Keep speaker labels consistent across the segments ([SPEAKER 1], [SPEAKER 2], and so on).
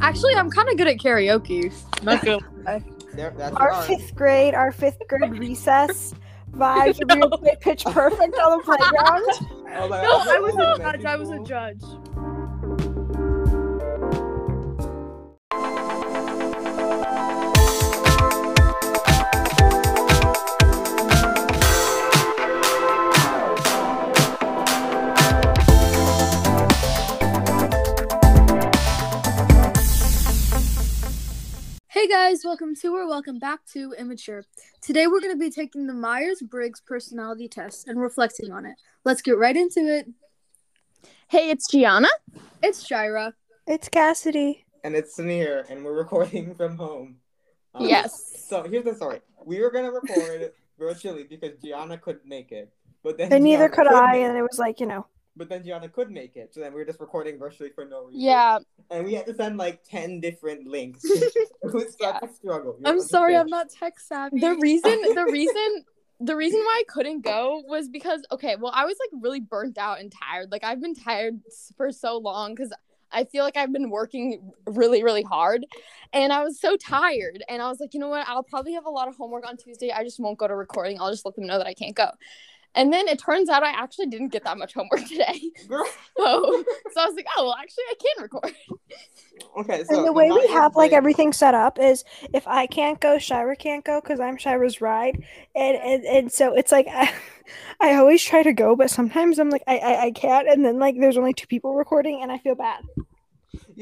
[SPEAKER 1] Actually, I'm kind of good at karaoke.
[SPEAKER 2] Not good.
[SPEAKER 3] There, that's
[SPEAKER 4] Our
[SPEAKER 3] ours.
[SPEAKER 4] fifth grade, our fifth grade recess vibes. We would play Pitch Perfect on the playground.
[SPEAKER 3] Oh my
[SPEAKER 5] No,
[SPEAKER 3] God,
[SPEAKER 5] I was a
[SPEAKER 3] elementary
[SPEAKER 5] judge. I was a
[SPEAKER 3] school.
[SPEAKER 5] judge.
[SPEAKER 1] Hey guys, welcome to or welcome back to Immature. Today we're going to be taking the Myers Briggs personality test and reflecting on it. Let's get right into it.
[SPEAKER 6] Hey, it's Gianna.
[SPEAKER 1] It's Shira.
[SPEAKER 4] It's Cassidy.
[SPEAKER 3] And it's Samir, and we're recording from home. Um,
[SPEAKER 6] Yes.
[SPEAKER 3] So here's the story. We were gonna record virtually because Gianna couldn't make it, but then
[SPEAKER 4] And neither
[SPEAKER 3] Gianna
[SPEAKER 4] could I,
[SPEAKER 3] make-
[SPEAKER 4] and it was like, you know,
[SPEAKER 3] But then Gianna could make it, so then we were just recording virtually for no reason.
[SPEAKER 6] Yeah,
[SPEAKER 3] And we had to send like ten different links. it was such a struggle. You
[SPEAKER 1] I'm
[SPEAKER 3] don't
[SPEAKER 1] sorry, I'm
[SPEAKER 3] understand.
[SPEAKER 1] not tech savvy.
[SPEAKER 6] the reason, the reason, the reason why I couldn't go was because okay, well, I was like really burnt out and tired. Like I've been tired s- for so long because I feel like I've been working really, really hard, and I was so tired. And I was like, you know what? I'll probably have a lot of homework on Tuesday. I just won't go to recording. I'll just let them know that I can't go. And then it turns out I actually didn't get that much homework today.
[SPEAKER 3] Girl.
[SPEAKER 6] So, so I was like, oh well, actually I can record.
[SPEAKER 3] Okay, so
[SPEAKER 4] and the way we
[SPEAKER 3] Myers
[SPEAKER 4] have like
[SPEAKER 3] Briggs-
[SPEAKER 4] everything set up is if I can't go, Shira can't go because I'm Shira's ride, and and, and so it's like I, I always try to go, but sometimes I'm like I, I I can't, and then like there's only two people recording, and I feel bad.
[SPEAKER 3] Yeah.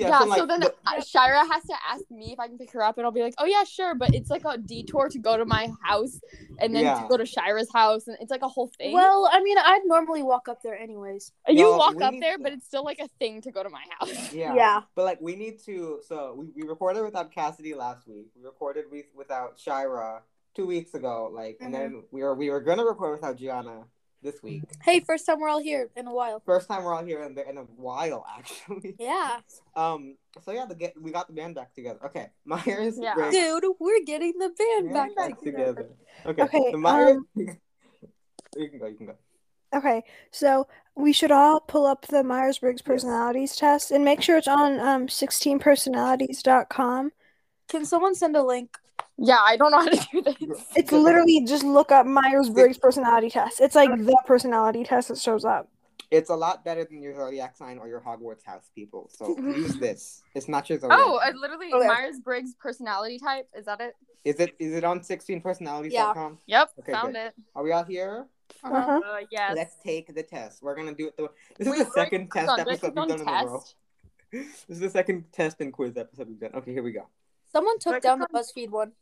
[SPEAKER 6] Yeah,
[SPEAKER 3] so, like,
[SPEAKER 6] so then
[SPEAKER 3] the-
[SPEAKER 6] uh, Shira has to ask me if I can pick her up, and I'll be like, "Oh yeah, sure," but it's like a detour to go to my house, and then
[SPEAKER 3] Yeah.
[SPEAKER 6] to go to Shira's house, and it's like a whole thing.
[SPEAKER 1] well, I mean, I'd normally walk up there anyways.
[SPEAKER 6] you
[SPEAKER 3] No,
[SPEAKER 6] walk
[SPEAKER 3] we
[SPEAKER 6] up
[SPEAKER 3] need
[SPEAKER 6] there,
[SPEAKER 3] to-
[SPEAKER 6] but it's still like a thing to go to my house.
[SPEAKER 3] yeah. But like we need to so we, we recorded without Cassidy last week. We recorded with, without Shira two weeks ago, like and then we were we were gonna record without Gianna this week.
[SPEAKER 1] Hey, first time we're all here in a while.
[SPEAKER 3] First time we're all here in, the, in a while actually.
[SPEAKER 1] Yeah.
[SPEAKER 3] Um so yeah the get we got the band back together. Okay. Myers
[SPEAKER 6] Yeah.
[SPEAKER 3] Briggs
[SPEAKER 1] Dude, we're getting the
[SPEAKER 3] band
[SPEAKER 1] band back
[SPEAKER 3] back
[SPEAKER 1] together.
[SPEAKER 3] together. Okay.
[SPEAKER 4] Okay,
[SPEAKER 3] The Myers You can go, you can go.
[SPEAKER 4] Okay, so we should all pull up the Myers-Briggs personalities test and make sure it's on um 16personalities.com.
[SPEAKER 1] Can someone send a link?
[SPEAKER 6] Yeah, I don't know how to do
[SPEAKER 3] You're-
[SPEAKER 6] this.
[SPEAKER 4] It's literally just look up Myers-Briggs personality test. It's like the personality test that shows up.
[SPEAKER 3] It's a lot better than your zodiac sign or your Hogwarts house people. So use this. It's not your zodiac.
[SPEAKER 6] Oh, I literally
[SPEAKER 4] Okay.
[SPEAKER 6] Myers Briggs personality type. Is that it?
[SPEAKER 3] is it is it on 16personalities.com?
[SPEAKER 6] Yep,
[SPEAKER 3] Okay,
[SPEAKER 6] found
[SPEAKER 3] good.
[SPEAKER 6] it.
[SPEAKER 3] Are we all here?
[SPEAKER 4] Uh-huh.
[SPEAKER 6] Uh, yes.
[SPEAKER 3] Let's take the test. We're gonna do it. The, this is
[SPEAKER 6] Wait,
[SPEAKER 3] the
[SPEAKER 6] did I
[SPEAKER 3] second
[SPEAKER 6] click
[SPEAKER 3] test
[SPEAKER 6] on- did I
[SPEAKER 3] episode
[SPEAKER 6] click
[SPEAKER 3] we've
[SPEAKER 6] on
[SPEAKER 3] done in a row.
[SPEAKER 6] test?
[SPEAKER 3] This is the second test and quiz episode we've done. Okay, here we go.
[SPEAKER 1] Someone took
[SPEAKER 5] Like,
[SPEAKER 1] down the BuzzFeed one.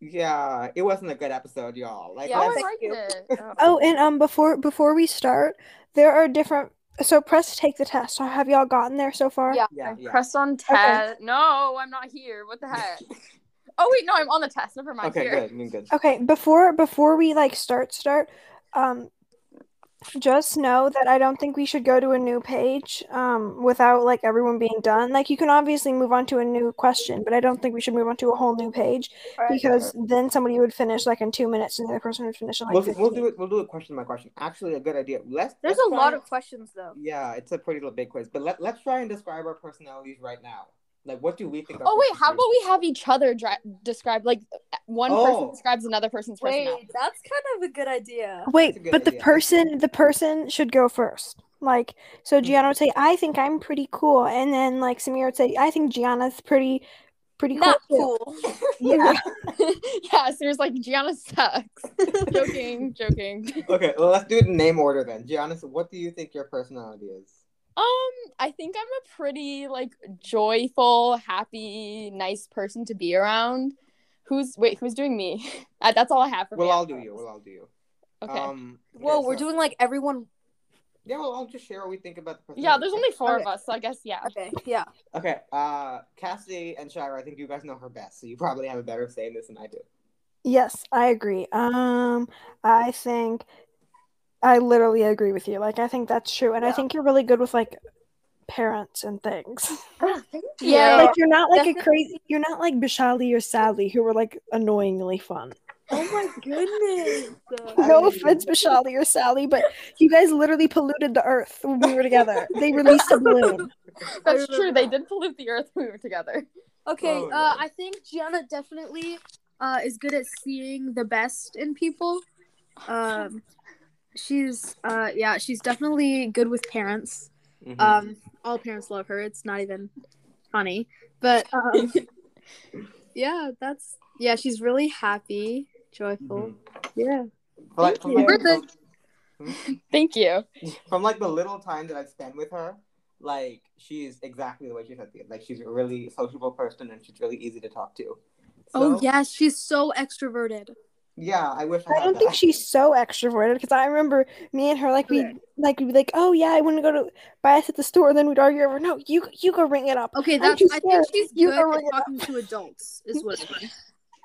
[SPEAKER 3] Yeah, it wasn't a good episode, y'all. Like,
[SPEAKER 1] Yeah,
[SPEAKER 6] Oh, I
[SPEAKER 3] let's-
[SPEAKER 4] thank
[SPEAKER 6] liked
[SPEAKER 4] you.
[SPEAKER 6] it. Oh.
[SPEAKER 4] Oh, and um, before before we start, there are different. So press take the test. So have y'all gotten there so far?
[SPEAKER 6] Yeah.
[SPEAKER 3] yeah,
[SPEAKER 6] I
[SPEAKER 3] yeah.
[SPEAKER 6] press on test. No, I'm not here. What the heck? oh wait, no, I'm on the test. Never mind.
[SPEAKER 3] Okay,
[SPEAKER 6] here.
[SPEAKER 3] good. I mean,
[SPEAKER 6] Oh
[SPEAKER 3] good.
[SPEAKER 4] Okay. Before before we like start start, um, just know that I don't think we should go to a new page um without like everyone being done. Like you can obviously move on to a new question, but I don't think we should move on to a whole new page because then somebody would finish like in two minutes and the other person would finish in like
[SPEAKER 3] We'll,
[SPEAKER 4] 15.
[SPEAKER 3] we'll do it. We'll do it question by question. Actually, a good idea. Let's.
[SPEAKER 1] There's
[SPEAKER 3] let's
[SPEAKER 1] a lot
[SPEAKER 3] try-
[SPEAKER 1] of questions though.
[SPEAKER 3] Yeah, it's a pretty little big quiz, but let let's try and describe our personalities right now. Like, what do we think? our
[SPEAKER 6] Oh wait, how
[SPEAKER 3] personalities-
[SPEAKER 6] about we have each other dri- describe like one person
[SPEAKER 3] Oh.
[SPEAKER 6] describes another person's personality?
[SPEAKER 1] Wait, that's kind of a good idea.
[SPEAKER 3] a
[SPEAKER 4] Wait,
[SPEAKER 3] good
[SPEAKER 4] but the
[SPEAKER 3] idea.
[SPEAKER 4] person the person should go first. Like,
[SPEAKER 3] Mm-hmm.
[SPEAKER 4] so Gianna would say, "I think I'm pretty cool," and then like Samir would say, "I think Gianna's pretty, pretty cool."
[SPEAKER 1] Not
[SPEAKER 4] too."
[SPEAKER 1] cool.
[SPEAKER 4] Yeah.
[SPEAKER 6] yeah, so there's like Gianna sucks. joking, joking.
[SPEAKER 3] Okay, well, let's do it in name order then. Giannis, what do you think your personality is?
[SPEAKER 6] Um, I think I'm a pretty like joyful, happy, nice person to be around. Who's wait? Who's doing me? Uh, That's all I have for
[SPEAKER 3] We'll
[SPEAKER 6] me.
[SPEAKER 3] all do you. We'll all do you.
[SPEAKER 6] Okay.
[SPEAKER 3] Um, okay,
[SPEAKER 1] Whoa, we're
[SPEAKER 3] so-
[SPEAKER 1] doing like everyone.
[SPEAKER 3] Yeah, well, I'll just share what we think about the
[SPEAKER 6] yeah,
[SPEAKER 3] personality
[SPEAKER 6] there's
[SPEAKER 3] test.
[SPEAKER 6] only four of
[SPEAKER 1] Okay.
[SPEAKER 6] us, so I guess yeah.
[SPEAKER 1] Okay, yeah.
[SPEAKER 3] Okay, uh, Cassidy and Shira, I think you guys know her best, so you probably have a better say in this than I do.
[SPEAKER 4] Yes, I agree. Um, I think I literally agree with you. Like, I think that's true, and I think you're really good with like parents and things.
[SPEAKER 1] Yeah.
[SPEAKER 4] Like, you're not like a
[SPEAKER 1] Oh, definitely.
[SPEAKER 4] crazy. You're not like Bishali or Sally, who were like annoyingly fun.
[SPEAKER 1] Oh my goodness.
[SPEAKER 4] No offense, Bashali or Sally, but you guys literally polluted the earth when we were together. They released a
[SPEAKER 1] Oh
[SPEAKER 4] balloon.
[SPEAKER 6] That's
[SPEAKER 1] remember
[SPEAKER 6] true. They
[SPEAKER 1] that.
[SPEAKER 6] did pollute the earth when we were together.
[SPEAKER 1] Okay,
[SPEAKER 3] Oh,
[SPEAKER 1] uh,
[SPEAKER 3] yeah.
[SPEAKER 1] I think Gianna definitely uh, is good at seeing the best in people. Um, she's uh, yeah, she's definitely good with parents.
[SPEAKER 3] Mhm.
[SPEAKER 4] Uh,
[SPEAKER 1] Um, all parents love her. It's not even funny, but um, yeah, that's yeah. She's really happy, joyful.
[SPEAKER 3] Mhm.
[SPEAKER 1] Yeah.
[SPEAKER 3] But, like, from,
[SPEAKER 1] Thank
[SPEAKER 3] like,
[SPEAKER 1] you.
[SPEAKER 3] the-
[SPEAKER 6] Thank you.
[SPEAKER 3] from like the little time that I've spent with her, like she's exactly the way she said it. Like she's a really sociable person and she's really easy to talk to.
[SPEAKER 1] Oh
[SPEAKER 3] So,
[SPEAKER 1] yes, she's so extroverted.
[SPEAKER 3] Yeah, I wish I,
[SPEAKER 4] I
[SPEAKER 3] had
[SPEAKER 4] don't
[SPEAKER 3] that.
[SPEAKER 4] think she's so extroverted because I remember me and her like we
[SPEAKER 1] Correct.
[SPEAKER 4] like we'd be like, oh yeah, I want to go to buy us at the store, and then we'd argue over. No, you you go ring it up.
[SPEAKER 1] Okay,
[SPEAKER 4] I'm
[SPEAKER 1] that's
[SPEAKER 4] too
[SPEAKER 1] I
[SPEAKER 4] scared.
[SPEAKER 1] think she's
[SPEAKER 4] You
[SPEAKER 1] good
[SPEAKER 4] are
[SPEAKER 1] at
[SPEAKER 4] right.
[SPEAKER 1] talking to adults, is what it is.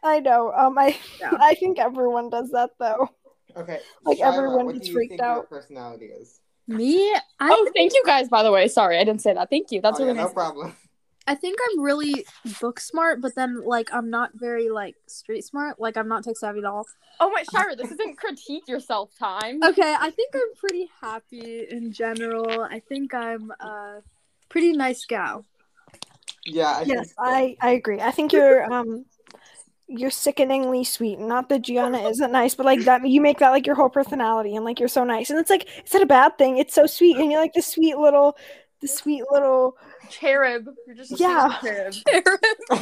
[SPEAKER 4] I know. Um, I
[SPEAKER 1] Yeah.
[SPEAKER 4] I think everyone does that though.
[SPEAKER 3] Okay.
[SPEAKER 4] Like, everyone
[SPEAKER 3] what
[SPEAKER 4] gets
[SPEAKER 3] do you
[SPEAKER 4] freaked
[SPEAKER 3] think your
[SPEAKER 4] out.
[SPEAKER 3] personality is.
[SPEAKER 1] Me, I
[SPEAKER 6] Oh, thank you guys, by the way. Sorry, I didn't say that. Thank you. That's
[SPEAKER 3] Oh, yeah,
[SPEAKER 6] really nice.
[SPEAKER 3] no problem.
[SPEAKER 1] I think I'm really book smart, but then like I'm not very like street smart. Like I'm not tech savvy at all.
[SPEAKER 6] Oh my Shira, this isn't critique yourself time.
[SPEAKER 1] Okay, I think I'm pretty happy in general. I think I'm a pretty nice gal.
[SPEAKER 3] Yeah, I think
[SPEAKER 4] Yes, I I agree. I think you're um you're sickeningly sweet. Not that Gianna isn't nice, but like that you make that like your whole personality, and like you're so nice, and it's like it's not a bad thing. It's so sweet, and you're like the sweet little, the sweet little.
[SPEAKER 6] Cherub. You're just a
[SPEAKER 4] Yeah.
[SPEAKER 6] cherub.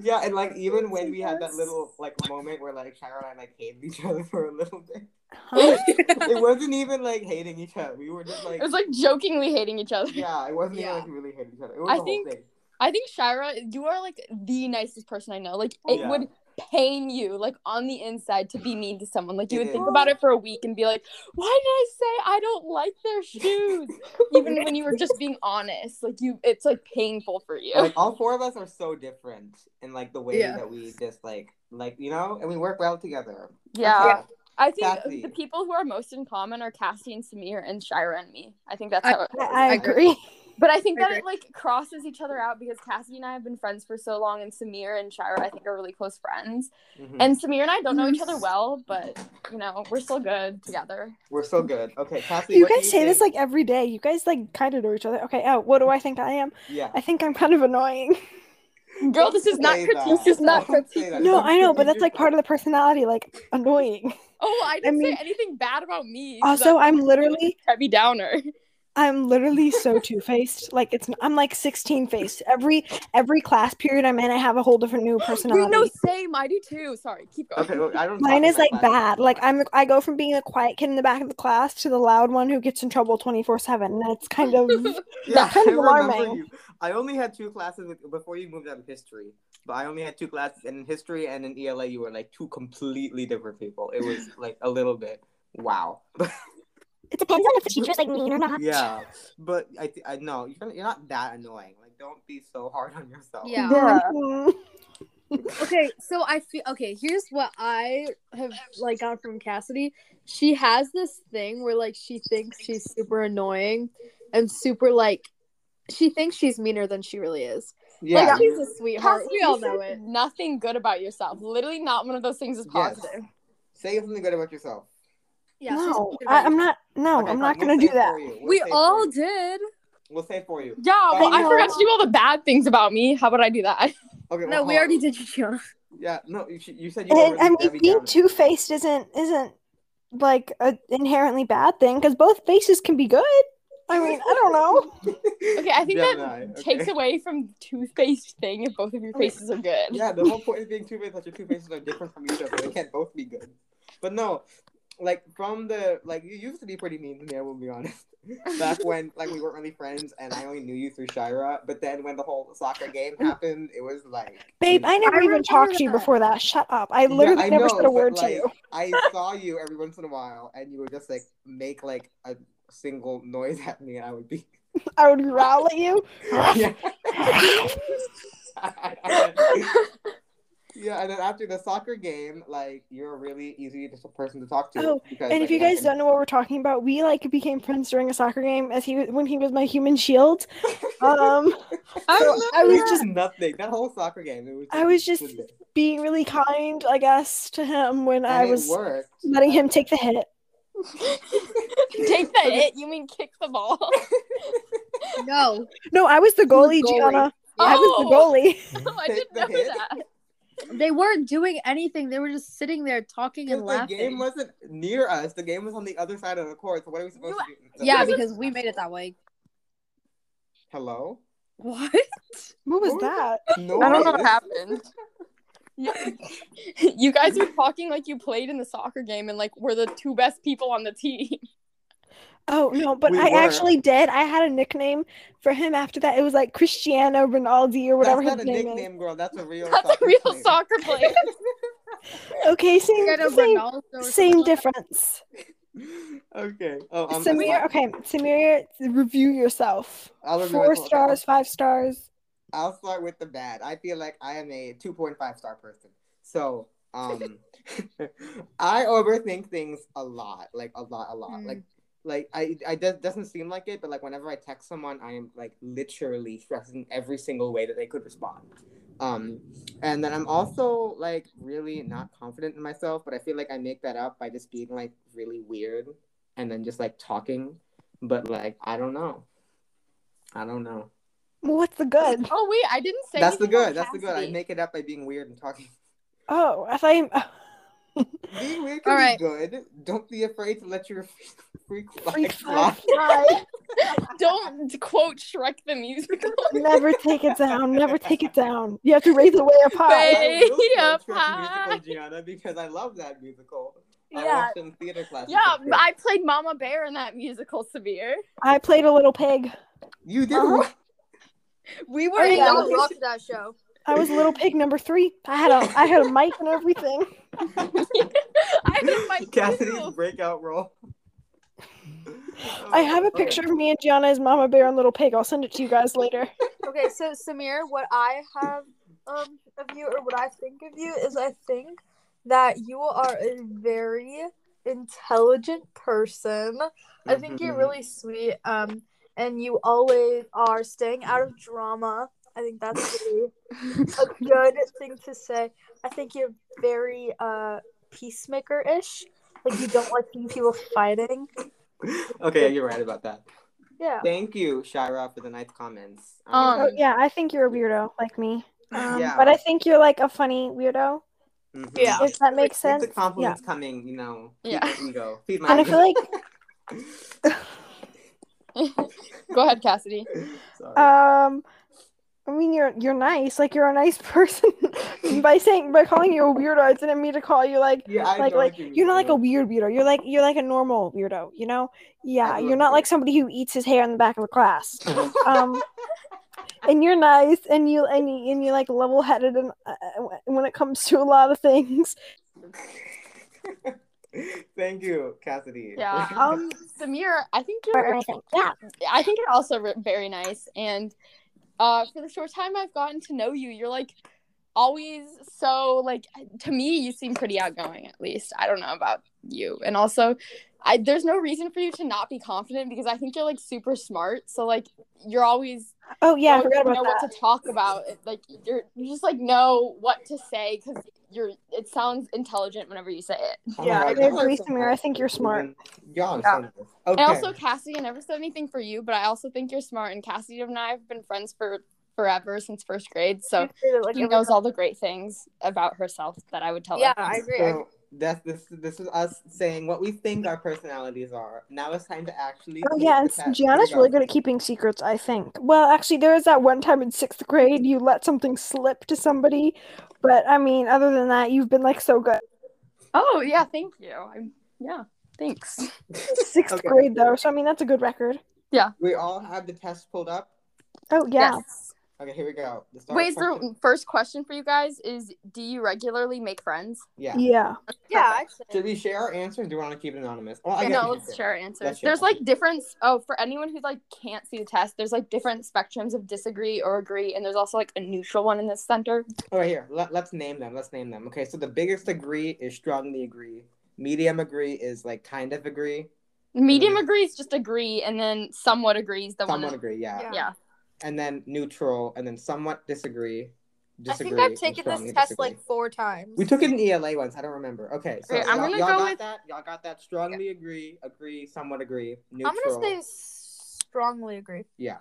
[SPEAKER 3] yeah, and like even when we had that
[SPEAKER 4] Yes.
[SPEAKER 3] little like moment where like Shira and I like hated each other for a little bit,
[SPEAKER 4] Huh?
[SPEAKER 3] it wasn't even like hating each other. We were just like,
[SPEAKER 6] It was like jokingly hating each other.
[SPEAKER 3] yeah, it wasn't even
[SPEAKER 1] Yeah.
[SPEAKER 3] like we really hating each other. It was
[SPEAKER 6] I
[SPEAKER 3] a whole
[SPEAKER 6] think-
[SPEAKER 3] thing.
[SPEAKER 6] I think Shira, you are like the nicest person I know. Like it
[SPEAKER 3] Yeah.
[SPEAKER 6] would pain you, like on the inside, to be mean to someone. Like you
[SPEAKER 3] It
[SPEAKER 6] would think
[SPEAKER 3] is.
[SPEAKER 6] about it for a week and be like, "Why did I say I don't like their shoes?" Even when you were just being honest, like you, it's like painful for you.
[SPEAKER 3] Like all four of us are so different in like the way
[SPEAKER 1] Yeah.
[SPEAKER 3] that we just like like you know, and we work well together.
[SPEAKER 6] yeah.
[SPEAKER 3] Okay.
[SPEAKER 6] I think
[SPEAKER 3] Kathy.
[SPEAKER 6] the people who are most in common are Cassie and Samir and Shira and me. I think that's
[SPEAKER 1] I-
[SPEAKER 6] how. it
[SPEAKER 4] I,
[SPEAKER 6] is.
[SPEAKER 4] I agree.
[SPEAKER 6] But I think
[SPEAKER 1] I
[SPEAKER 6] that it like crosses each other out because Cassie and I have been friends for so long, and Samir and Shira I think are really close friends.
[SPEAKER 3] Mhm.
[SPEAKER 6] And Samir and I don't know
[SPEAKER 1] Mhm.
[SPEAKER 6] each other well, but you know we're still good together.
[SPEAKER 3] We're so good. Okay, Cassie,
[SPEAKER 4] You
[SPEAKER 3] what do
[SPEAKER 4] guys say this
[SPEAKER 3] think-
[SPEAKER 4] like every day. You guys like kind of know each other. Okay, oh, what do I think I am?
[SPEAKER 3] yeah.
[SPEAKER 4] I think I'm kind of annoying.
[SPEAKER 6] Girl, this is not
[SPEAKER 3] Say
[SPEAKER 6] critique.
[SPEAKER 3] that.
[SPEAKER 6] This is not
[SPEAKER 3] Don't
[SPEAKER 6] critique.
[SPEAKER 3] say that.
[SPEAKER 4] No,
[SPEAKER 3] Don't
[SPEAKER 4] I know, but
[SPEAKER 3] critique
[SPEAKER 4] that's like
[SPEAKER 3] yourself.
[SPEAKER 4] part of the personality, like annoying.
[SPEAKER 6] Oh, I didn't
[SPEAKER 4] mean-
[SPEAKER 6] say anything bad about me. 'cause
[SPEAKER 4] Also, I'm literally,
[SPEAKER 6] Debbie Downer.
[SPEAKER 4] I'm literally so two faced. Like it's, I'm like 16 faced. Every every class period I'm in, I have a whole different new
[SPEAKER 6] Wait, no,
[SPEAKER 4] personality.
[SPEAKER 6] same. I do too. Sorry, keep going.
[SPEAKER 3] Okay, well, I don't.
[SPEAKER 4] Mine
[SPEAKER 3] talk
[SPEAKER 4] is
[SPEAKER 3] in my
[SPEAKER 4] like
[SPEAKER 3] class.
[SPEAKER 4] bad. Like I'm, I go from being a quiet kid in the back of the class to the loud one who gets in trouble 24 seven. That's kind of
[SPEAKER 3] Yeah,
[SPEAKER 4] kind
[SPEAKER 3] I
[SPEAKER 4] of
[SPEAKER 3] remember
[SPEAKER 4] alarming.
[SPEAKER 3] you. I only had two classes with, before you moved out of history, but I only had two classes and in history and in ELA. You were like two completely different people. It was like a little bit wow.
[SPEAKER 2] It depends on if the teacher's like mean or not.
[SPEAKER 3] yeah, but I, th- I no, you're, you're not that annoying. Like, don't be so hard on yourself.
[SPEAKER 1] Yeah. Okay, so I feel okay. Here's what I have like got from Cassidy. She has this thing where like she thinks she's super annoying and super like she thinks she's meaner than she really is.
[SPEAKER 3] yeah.
[SPEAKER 1] like she's
[SPEAKER 3] you're-
[SPEAKER 1] a sweetheart.
[SPEAKER 6] Cassie,
[SPEAKER 1] We
[SPEAKER 6] you
[SPEAKER 1] all
[SPEAKER 6] said
[SPEAKER 1] know it.
[SPEAKER 6] Nothing good about yourself. Literally, not one of those things is
[SPEAKER 3] Yes.
[SPEAKER 6] positive.
[SPEAKER 3] Say something good about yourself.
[SPEAKER 1] Yeah. she's
[SPEAKER 4] no,
[SPEAKER 1] talking about
[SPEAKER 4] I,
[SPEAKER 1] you.
[SPEAKER 4] I'm not. No,
[SPEAKER 3] Okay, fine,
[SPEAKER 4] I'm not
[SPEAKER 3] we'll
[SPEAKER 4] gonna
[SPEAKER 3] say
[SPEAKER 4] do
[SPEAKER 3] it
[SPEAKER 4] that.
[SPEAKER 3] for you. We'll
[SPEAKER 1] we
[SPEAKER 3] say it for
[SPEAKER 1] all
[SPEAKER 3] you.
[SPEAKER 1] did.
[SPEAKER 3] We'll say it for you.
[SPEAKER 6] Yeah, well,
[SPEAKER 3] I
[SPEAKER 6] I, forgot
[SPEAKER 4] know.
[SPEAKER 6] to do all the bad things about me. How would I do that?
[SPEAKER 3] Okay. well,
[SPEAKER 1] No, we
[SPEAKER 3] hold
[SPEAKER 1] already
[SPEAKER 3] on.
[SPEAKER 1] did Gianna.
[SPEAKER 3] Yeah. No, you, you said you.
[SPEAKER 4] And,
[SPEAKER 3] were
[SPEAKER 4] I mean,
[SPEAKER 3] Debbie
[SPEAKER 4] being
[SPEAKER 3] Downer.
[SPEAKER 4] two faced isn't isn't like a inherently bad thing because both faces can be good. I mean, I don't know.
[SPEAKER 6] Okay, I think
[SPEAKER 3] Yeah,
[SPEAKER 6] that
[SPEAKER 3] no, okay.
[SPEAKER 6] takes away from the two-faced thing if both of your faces are good.
[SPEAKER 3] Yeah, the whole point of being two faces that your two faces are different from each other. They can't both be good. But no, like from the like you used to be pretty mean to me, I will be honest. Back when like we weren't really friends and I only knew you through Shira. But then when the whole soccer game happened, it was like
[SPEAKER 4] Babe, I never
[SPEAKER 1] I
[SPEAKER 4] even
[SPEAKER 1] remember
[SPEAKER 4] talked to you
[SPEAKER 1] that.
[SPEAKER 4] before that. Shut up. I literally
[SPEAKER 3] I
[SPEAKER 4] never
[SPEAKER 3] know,
[SPEAKER 4] said a
[SPEAKER 3] but,
[SPEAKER 4] word to
[SPEAKER 3] like,
[SPEAKER 4] you.
[SPEAKER 3] I saw you every once in a while and you would just like make like a single noise at me and I would be
[SPEAKER 4] I would growl at you.
[SPEAKER 3] Yeah. Yeah, and then after the soccer game, like you're a really easy just person to talk to.
[SPEAKER 4] Oh,
[SPEAKER 3] because,
[SPEAKER 4] And if
[SPEAKER 3] like,
[SPEAKER 4] you guys
[SPEAKER 3] nothing-
[SPEAKER 4] don't know what we're talking about, we like became friends during a soccer game as he was when he was my human shield. Um, I was just
[SPEAKER 3] nothing. That whole soccer game, it was.
[SPEAKER 4] I was just-
[SPEAKER 3] and
[SPEAKER 4] being really kind, I guess, to him when I
[SPEAKER 3] it
[SPEAKER 4] was
[SPEAKER 3] worked.
[SPEAKER 4] letting him take the hit.
[SPEAKER 6] Take the hit. You mean kick the ball?
[SPEAKER 1] No,
[SPEAKER 4] No, I was the goalie,
[SPEAKER 1] goalie.
[SPEAKER 4] Gianna. I was the goalie.
[SPEAKER 6] Oh, I
[SPEAKER 3] Take
[SPEAKER 6] didn't
[SPEAKER 3] the
[SPEAKER 6] know
[SPEAKER 3] hit.
[SPEAKER 6] that.
[SPEAKER 1] they weren't doing anything. They were just sitting there talking and
[SPEAKER 3] the game
[SPEAKER 1] laughing.
[SPEAKER 3] wasn't near us. The game was on the other side of the court. So what are we supposed to do?
[SPEAKER 1] Yeah, because we made it that way.
[SPEAKER 3] Hello.
[SPEAKER 1] What?
[SPEAKER 4] What was
[SPEAKER 3] What was
[SPEAKER 4] that?
[SPEAKER 3] No.
[SPEAKER 6] I don't know what happened. you guys were talking like you played in the soccer game and like were the two best people on the team.
[SPEAKER 4] Oh no, but
[SPEAKER 3] We
[SPEAKER 4] I
[SPEAKER 3] were.
[SPEAKER 4] actually did. I had a nickname for him after that. It was like Cristiano Ronaldi or whatever
[SPEAKER 3] That's
[SPEAKER 4] his
[SPEAKER 3] not a
[SPEAKER 4] name
[SPEAKER 3] nickname, girl. That's a real.
[SPEAKER 6] That's a
[SPEAKER 3] soccer
[SPEAKER 6] real
[SPEAKER 3] name.
[SPEAKER 6] soccer player.
[SPEAKER 4] is. Okay, same,
[SPEAKER 1] Get a
[SPEAKER 4] same,
[SPEAKER 1] Ronaldo or
[SPEAKER 4] same
[SPEAKER 1] something.
[SPEAKER 4] difference.
[SPEAKER 3] okay. Oh, I'm
[SPEAKER 4] Samir, okay, Samir, review yourself.
[SPEAKER 3] I'll review
[SPEAKER 4] Four
[SPEAKER 3] myself. I'll-
[SPEAKER 4] stars, five stars.
[SPEAKER 3] I'll start with the bad. I feel like I am a 2.5 star person. So, um I overthink things a lot, like a lot, a lot.
[SPEAKER 1] Mm.
[SPEAKER 3] Like like I I does doesn't seem like it, but like whenever I text someone, I am like literally stressing every single way that they could respond. Um and then I'm also like really not confident in myself, but I feel like I make that up by just being like really weird and then just like talking, but like I don't know. I don't know.
[SPEAKER 4] Well, what's the good?
[SPEAKER 6] Oh wait, I didn't say
[SPEAKER 3] That's the
[SPEAKER 6] anything about
[SPEAKER 3] good. That's the good. I
[SPEAKER 6] Cassidy.
[SPEAKER 3] make it up by being weird and talking.
[SPEAKER 4] Oh, I thought you.
[SPEAKER 3] Being weird can
[SPEAKER 1] All
[SPEAKER 3] be
[SPEAKER 1] right.
[SPEAKER 3] good. Don't be afraid to let your freak, freak flag
[SPEAKER 4] Freak
[SPEAKER 3] fly.
[SPEAKER 4] flag fly.
[SPEAKER 6] Don't quote Shrek the musical.
[SPEAKER 4] Never take it down. Never take it down. You have to raise it way up high.
[SPEAKER 6] Babe.
[SPEAKER 3] I will
[SPEAKER 6] Way
[SPEAKER 3] quote
[SPEAKER 6] up
[SPEAKER 3] Shrek
[SPEAKER 6] high.
[SPEAKER 3] musical, Gianna, because I love that musical. I
[SPEAKER 6] Yeah.
[SPEAKER 3] watched it in theater class.
[SPEAKER 6] Yeah, I played Mama Bear in that musical, Severe.
[SPEAKER 4] I played a little pig.
[SPEAKER 3] you did.
[SPEAKER 4] Uh-huh.
[SPEAKER 3] what?
[SPEAKER 1] We were
[SPEAKER 4] Oh,
[SPEAKER 1] in
[SPEAKER 4] yeah.
[SPEAKER 1] y'all rocked that show.
[SPEAKER 4] I was little pig number three. I had a I had a mic and everything.
[SPEAKER 6] I did my
[SPEAKER 3] Cassidy's
[SPEAKER 6] too.
[SPEAKER 3] breakout role.
[SPEAKER 4] I have a
[SPEAKER 3] Oh, Okay.
[SPEAKER 4] picture of me and Gianna as Mama Bear and Little Pig. I'll send it to you guys later.
[SPEAKER 1] Okay, so Samir, what I have um of you or what I think of you is I think that you are a very intelligent person. I think you're
[SPEAKER 3] Mhm.
[SPEAKER 1] really sweet. Um, and you always are staying out of drama. I think that's really a good thing to say. I think you're very uh peacemaker-ish. Like you don't like seeing people fighting.
[SPEAKER 3] Okay, you're right about that.
[SPEAKER 1] Yeah.
[SPEAKER 3] Thank you, Shira, for the nice comments.
[SPEAKER 4] Oh
[SPEAKER 6] Um,
[SPEAKER 4] yeah, I think you're a weirdo like me. Um,
[SPEAKER 3] Yeah.
[SPEAKER 4] But I think you're like a funny weirdo.
[SPEAKER 3] mhm.
[SPEAKER 6] yeah.
[SPEAKER 4] If that makes
[SPEAKER 3] With
[SPEAKER 4] sense.
[SPEAKER 3] the compliments coming, you know. feed
[SPEAKER 6] Yeah.
[SPEAKER 3] my Ego. Feed my
[SPEAKER 4] And I
[SPEAKER 3] ego.
[SPEAKER 4] feel like
[SPEAKER 6] Go ahead, Cassidy.
[SPEAKER 3] Sorry.
[SPEAKER 4] um, I mean you're you're nice. Like you're a nice person. by saying by calling you a weirdo, I didn't mean to call you like
[SPEAKER 3] yeah, I
[SPEAKER 4] like
[SPEAKER 3] know
[SPEAKER 4] like
[SPEAKER 3] what you mean.
[SPEAKER 4] you're not like a weird weirdo. You're like you're like a normal weirdo. You know? Yeah.
[SPEAKER 3] I
[SPEAKER 4] You're
[SPEAKER 3] love
[SPEAKER 4] not
[SPEAKER 3] you.
[SPEAKER 4] like somebody who eats his hair in the back of the class. um and you're nice and you and you and you're like level-headed and uh, uh, when it comes to a lot of things
[SPEAKER 3] Thank you, Cassidy.
[SPEAKER 6] Yeah.
[SPEAKER 4] um
[SPEAKER 6] Samir, I think
[SPEAKER 2] Or
[SPEAKER 6] you're
[SPEAKER 2] anything. Yeah.
[SPEAKER 6] I think you're also re- very nice. And uh, for the short time I've gotten to know you, you're like always so like to me. You seem pretty outgoing, at least. I don't know about you. And also, I there's no reason for you to not be confident because I think you're like super smart. So like you're always
[SPEAKER 4] oh yeah i
[SPEAKER 6] you
[SPEAKER 4] forgot
[SPEAKER 6] know
[SPEAKER 4] about that
[SPEAKER 6] what to talk about. It- Like you're you just like know what to say because you're it sounds intelligent whenever you say it.
[SPEAKER 3] Oh my
[SPEAKER 1] Yeah,
[SPEAKER 3] God,
[SPEAKER 1] I
[SPEAKER 3] y'all are
[SPEAKER 4] agree,
[SPEAKER 3] so
[SPEAKER 4] Samir. I
[SPEAKER 3] nice.
[SPEAKER 4] think you're smart.
[SPEAKER 3] Y'all are
[SPEAKER 6] Yeah.
[SPEAKER 3] so nice. Okay.
[SPEAKER 6] And also, Cassidy, I never said anything for you, but I also think you're smart. And Cassidy and I have been friends for forever since first grade, so
[SPEAKER 1] Like,
[SPEAKER 6] she knows all the great things about herself that I would tell
[SPEAKER 1] yeah,
[SPEAKER 6] her.
[SPEAKER 1] I agree. I agree.
[SPEAKER 3] so that's this. This is us saying what we think our personalities are. Now it's time to actually.
[SPEAKER 4] Oh
[SPEAKER 3] take
[SPEAKER 4] yeah,
[SPEAKER 3] the
[SPEAKER 4] and
[SPEAKER 3] test.
[SPEAKER 4] Gianna's
[SPEAKER 3] Here we
[SPEAKER 4] really
[SPEAKER 3] go.
[SPEAKER 4] good at keeping secrets, I think. Well, actually, there was that one time in sixth grade you let something slip to somebody, but I mean, other than that, you've been like so good.
[SPEAKER 6] Oh yeah, thank you. I'm, yeah, thanks.
[SPEAKER 4] Sixth
[SPEAKER 3] Okay.
[SPEAKER 4] grade though, so I mean that's a good record.
[SPEAKER 3] We all have the test pulled up.
[SPEAKER 4] Oh yeah,
[SPEAKER 6] Yes.
[SPEAKER 3] Okay, here we go. The start
[SPEAKER 6] Wait,
[SPEAKER 3] question-
[SPEAKER 6] so first question for you guys is do you regularly make friends?
[SPEAKER 3] yeah.
[SPEAKER 4] Yeah.
[SPEAKER 1] Yeah, actually.
[SPEAKER 3] Should we share our answer or do we want to keep it anonymous? Well, I guess
[SPEAKER 6] No,
[SPEAKER 3] we
[SPEAKER 6] let's
[SPEAKER 3] should.
[SPEAKER 6] share our answers.
[SPEAKER 3] Let's share.
[SPEAKER 6] There's like different oh, for anyone who like can't see the test, there's like different spectrums of disagree or agree, and there's also like a neutral one in the center.
[SPEAKER 3] All Oh, right, here. Let, let's name them. Let's name them. Okay, so the biggest agree is strongly agree. Medium agree is like kind of agree.
[SPEAKER 6] Medium
[SPEAKER 3] Mhm.
[SPEAKER 6] agrees just agree, and then somewhat agrees the
[SPEAKER 3] Somewhat
[SPEAKER 6] one.
[SPEAKER 3] agree, yeah.
[SPEAKER 4] Yeah.
[SPEAKER 6] Yeah.
[SPEAKER 3] And then neutral, and then somewhat disagree.
[SPEAKER 1] I
[SPEAKER 3] Disagree.
[SPEAKER 1] think I've
[SPEAKER 3] and
[SPEAKER 1] taken this
[SPEAKER 3] strongly
[SPEAKER 1] test
[SPEAKER 3] disagree.
[SPEAKER 1] like four times.
[SPEAKER 3] We took it in ELA once. I don't remember. Okay, so
[SPEAKER 6] Okay,
[SPEAKER 3] y'all,
[SPEAKER 6] I'm gonna
[SPEAKER 3] y'all
[SPEAKER 6] go
[SPEAKER 3] got
[SPEAKER 6] with-
[SPEAKER 3] that. Y'all got that. Strongly agree, agree, somewhat agree, neutral.
[SPEAKER 1] I'm gonna say strongly agree.
[SPEAKER 3] Yeah,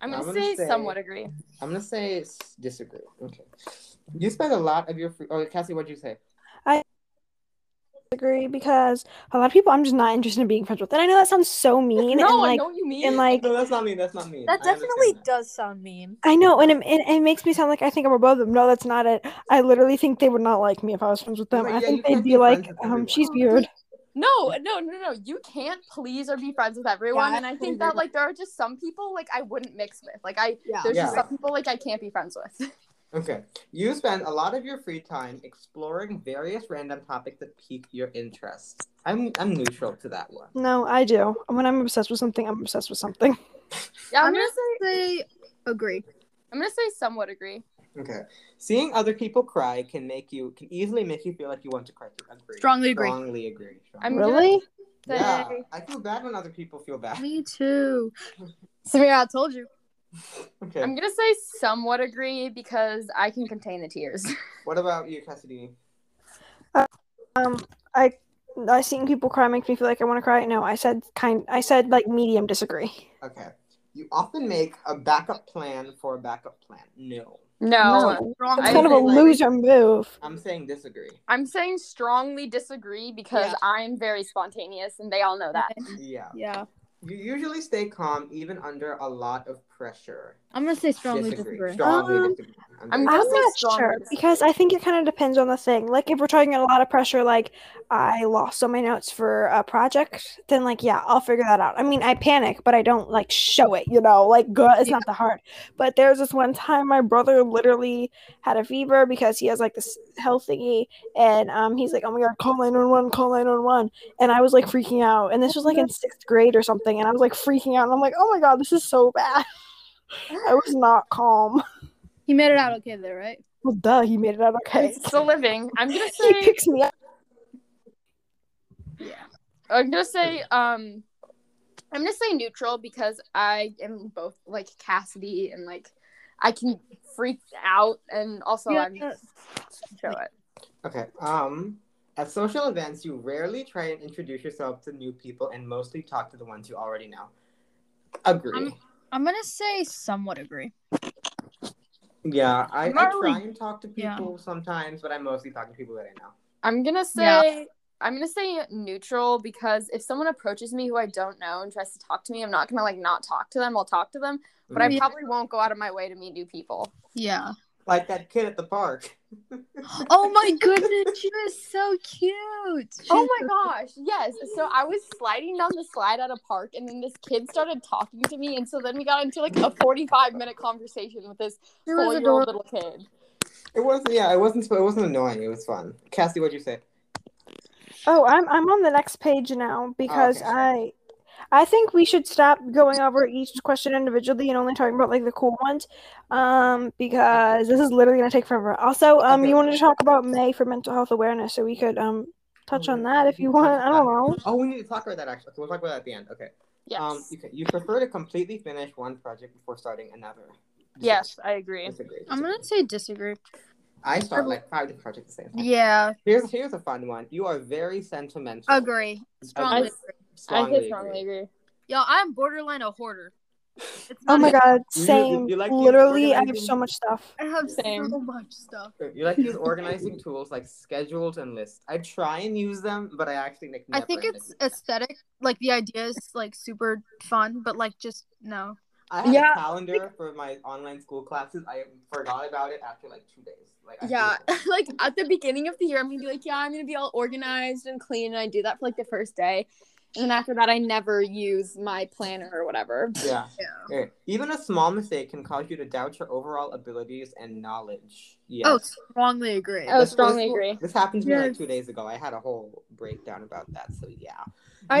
[SPEAKER 6] I'm
[SPEAKER 3] I'm
[SPEAKER 6] gonna,
[SPEAKER 3] gonna
[SPEAKER 6] say,
[SPEAKER 3] say-
[SPEAKER 6] somewhat agree.
[SPEAKER 3] I'm gonna say s- disagree. Okay. You spend a lot of your. Free- oh, Cassie, what'd you say?
[SPEAKER 4] Agree because a lot of people I'm just not interested in being friends with. And I know that sounds so mean
[SPEAKER 6] no,
[SPEAKER 4] and
[SPEAKER 6] I
[SPEAKER 4] like
[SPEAKER 6] know what you mean.
[SPEAKER 4] and like
[SPEAKER 3] No, that's not me. That's not me.
[SPEAKER 1] That
[SPEAKER 3] I understand
[SPEAKER 1] definitely
[SPEAKER 3] that.
[SPEAKER 1] does sound mean.
[SPEAKER 4] I know, and it, it, it makes me sound like I think I'm above them. No, that's not it. I literally think they would not like me if I was friends with them.
[SPEAKER 3] Right,
[SPEAKER 4] I
[SPEAKER 3] yeah, you
[SPEAKER 4] think
[SPEAKER 3] can't
[SPEAKER 4] they'd
[SPEAKER 3] be
[SPEAKER 4] be
[SPEAKER 3] friends
[SPEAKER 4] like,
[SPEAKER 3] with
[SPEAKER 4] um,
[SPEAKER 3] everyone.
[SPEAKER 4] she's weird.
[SPEAKER 6] No, no, no, no. You can't please or be friends with everyone.
[SPEAKER 1] Yeah,
[SPEAKER 6] and I
[SPEAKER 1] totally
[SPEAKER 6] think that like there are just some people like I wouldn't mix with. Like I
[SPEAKER 1] Yeah.
[SPEAKER 6] there's just
[SPEAKER 3] Yeah.
[SPEAKER 6] some people like I can't be friends with.
[SPEAKER 3] Okay. You spend a lot of your free time exploring various random topics that pique your interest. I'm I'm neutral to that one.
[SPEAKER 4] No, I do. When I'm obsessed with something, I'm obsessed with something.
[SPEAKER 6] Yeah, I'm,
[SPEAKER 1] I'm
[SPEAKER 6] gonna,
[SPEAKER 1] gonna say agree.
[SPEAKER 6] I'm gonna say somewhat agree.
[SPEAKER 3] Okay. Seeing other people cry can make you can easily make you feel like you want to cry too. Agree.
[SPEAKER 1] Strongly agree.
[SPEAKER 3] Strongly agree. Strongly.
[SPEAKER 6] I'm gonna
[SPEAKER 4] Really?
[SPEAKER 6] say
[SPEAKER 3] yeah. I feel bad when other people feel bad.
[SPEAKER 1] Me too. Samira, I told you.
[SPEAKER 3] Okay.
[SPEAKER 6] I'm gonna say somewhat agree because I can contain the tears.
[SPEAKER 3] What about you, Cassidy?
[SPEAKER 4] Um, I, I seeing people cry makes me feel like I want to cry. No, I said kind. I said like medium disagree.
[SPEAKER 3] Okay. You often make a backup plan for a backup plan. No.
[SPEAKER 6] No,
[SPEAKER 4] No,
[SPEAKER 1] Strongly
[SPEAKER 4] it's
[SPEAKER 6] I
[SPEAKER 4] kind of a
[SPEAKER 6] agree.
[SPEAKER 4] loser move.
[SPEAKER 3] I'm saying disagree.
[SPEAKER 6] I'm saying strongly disagree because
[SPEAKER 1] Yeah.
[SPEAKER 6] I'm very spontaneous and they all know that.
[SPEAKER 3] Yeah.
[SPEAKER 1] Yeah.
[SPEAKER 3] You usually stay calm even under a lot of pressure.
[SPEAKER 1] I'm gonna say strongly
[SPEAKER 3] disagree.
[SPEAKER 1] disagree.
[SPEAKER 3] Strongly
[SPEAKER 4] Um,
[SPEAKER 3] disagree.
[SPEAKER 6] I'm
[SPEAKER 3] very-
[SPEAKER 6] gonna
[SPEAKER 4] I'm
[SPEAKER 6] say
[SPEAKER 4] not
[SPEAKER 6] strongly
[SPEAKER 4] sure
[SPEAKER 6] disagree.
[SPEAKER 4] because I think it kind of depends on the thing. Like if we're talking a lot of pressure, like I lost all my notes for a project, then like yeah, I'll figure that out. I mean, I panic, but I don't like show it. You know, like good, it's not that hard. But there was this one time my brother literally had a fever because he has like this health thingy, and um, he's like, oh my god, call nine one one, call nine one one, and I was like freaking out. And this was like in sixth grade or something, and I was like freaking out, and I'm like, oh my god, this is so bad. I was not calm.
[SPEAKER 1] He made it out okay there, right?
[SPEAKER 4] Well, duh, he made it out okay.
[SPEAKER 6] It's the living. I'm gonna
[SPEAKER 4] he
[SPEAKER 6] say
[SPEAKER 4] picks me up.
[SPEAKER 6] I'm gonna say um I'm gonna say neutral because I am both like Cassidy and like I can freak out and also
[SPEAKER 1] Yeah,
[SPEAKER 6] I'm show it.
[SPEAKER 3] Okay. Um, at social events, you rarely try and introduce yourself to new people and mostly talk to the ones you already know. Agree.
[SPEAKER 1] I'm- I'm gonna say somewhat agree.
[SPEAKER 3] yeah, I, I
[SPEAKER 6] I'm not
[SPEAKER 3] try
[SPEAKER 6] really-
[SPEAKER 3] and talk to
[SPEAKER 1] yeah.
[SPEAKER 3] people sometimes, but I mostly talk to people that I know.
[SPEAKER 6] I'm gonna
[SPEAKER 1] Yeah.
[SPEAKER 6] say I'm gonna say neutral because if someone approaches me who I don't know and tries to talk to me, I'm not gonna like not talk to them. I'll talk to them, but I
[SPEAKER 1] Mm-hmm.
[SPEAKER 3] Mhm.
[SPEAKER 6] probably won't go out of my way to meet new people.
[SPEAKER 1] Yeah.
[SPEAKER 3] Mm-hmm. like that kid at the park.
[SPEAKER 1] Oh my goodness, she was so cute.
[SPEAKER 6] Oh my gosh, yes. So I was sliding down the slide at a park, and then this kid started talking to me, and so then we got into like a 45 minute conversation with this
[SPEAKER 1] she was
[SPEAKER 6] four year old
[SPEAKER 1] adorable.
[SPEAKER 6] little kid.
[SPEAKER 3] It wasn't. Yeah, it wasn't. It wasn't annoying. It was fun. Cassie, what'd you say?
[SPEAKER 4] Oh, I'm I'm on the next page now because I I think we should stop going over each question individually and only talking about like the cool ones. Um, because this is literally gonna take forever. Also, um,
[SPEAKER 3] Okay.
[SPEAKER 4] you wanted to talk about May for mental health awareness, so we could um touch on that if you want. I don't know.
[SPEAKER 3] Oh, we need to talk about that actually. So we'll talk about that at the end. Okay.
[SPEAKER 6] Yes,
[SPEAKER 3] Um, you, you prefer to completely finish one project before starting another.
[SPEAKER 6] yes, I agree.
[SPEAKER 3] Disagree. disagree.
[SPEAKER 1] I'm gonna say disagree.
[SPEAKER 3] I start like five different projects at the same time.
[SPEAKER 1] Yeah.
[SPEAKER 3] Here's here's a fun one. You are very sentimental.
[SPEAKER 1] Agree.
[SPEAKER 3] Strongly
[SPEAKER 1] Strongly agree.
[SPEAKER 6] I
[SPEAKER 3] Strongly
[SPEAKER 6] say strongly
[SPEAKER 3] agree.
[SPEAKER 6] agree.
[SPEAKER 1] Yo, I'm borderline a hoarder. It's
[SPEAKER 4] Oh my
[SPEAKER 1] not-
[SPEAKER 4] god,
[SPEAKER 3] You- you-
[SPEAKER 4] same.
[SPEAKER 3] you like the
[SPEAKER 4] literally, I have
[SPEAKER 3] organizing?
[SPEAKER 4] so much stuff.
[SPEAKER 1] I have
[SPEAKER 6] Same.
[SPEAKER 1] so much stuff.
[SPEAKER 3] You like these organizing tools like schedules and lists. I try and use them, but I actually like
[SPEAKER 1] I
[SPEAKER 3] never
[SPEAKER 1] think
[SPEAKER 3] end up
[SPEAKER 1] it's
[SPEAKER 3] using them.
[SPEAKER 1] aesthetic. Like the idea is like super fun, but like just no.
[SPEAKER 3] I have
[SPEAKER 6] yeah,
[SPEAKER 3] a calendar for my online school classes. I forgot about it after like two days. Like I
[SPEAKER 6] Yeah,
[SPEAKER 3] feel-
[SPEAKER 6] like at the beginning of the year, I'm gonna be like, yeah, I'm gonna be all organized and clean, and I do that for like the first day, And after that, I never use my planner or whatever.
[SPEAKER 3] Yeah. yeah. Even a small mistake can cause you to doubt your overall abilities and knowledge. Yes.
[SPEAKER 1] Oh, strongly agree.
[SPEAKER 6] Oh,
[SPEAKER 3] This-
[SPEAKER 6] strongly
[SPEAKER 3] this,
[SPEAKER 6] agree.
[SPEAKER 3] This happened to me like
[SPEAKER 1] Yes.
[SPEAKER 3] two days ago. I had a whole breakdown about that. So yeah.
[SPEAKER 6] I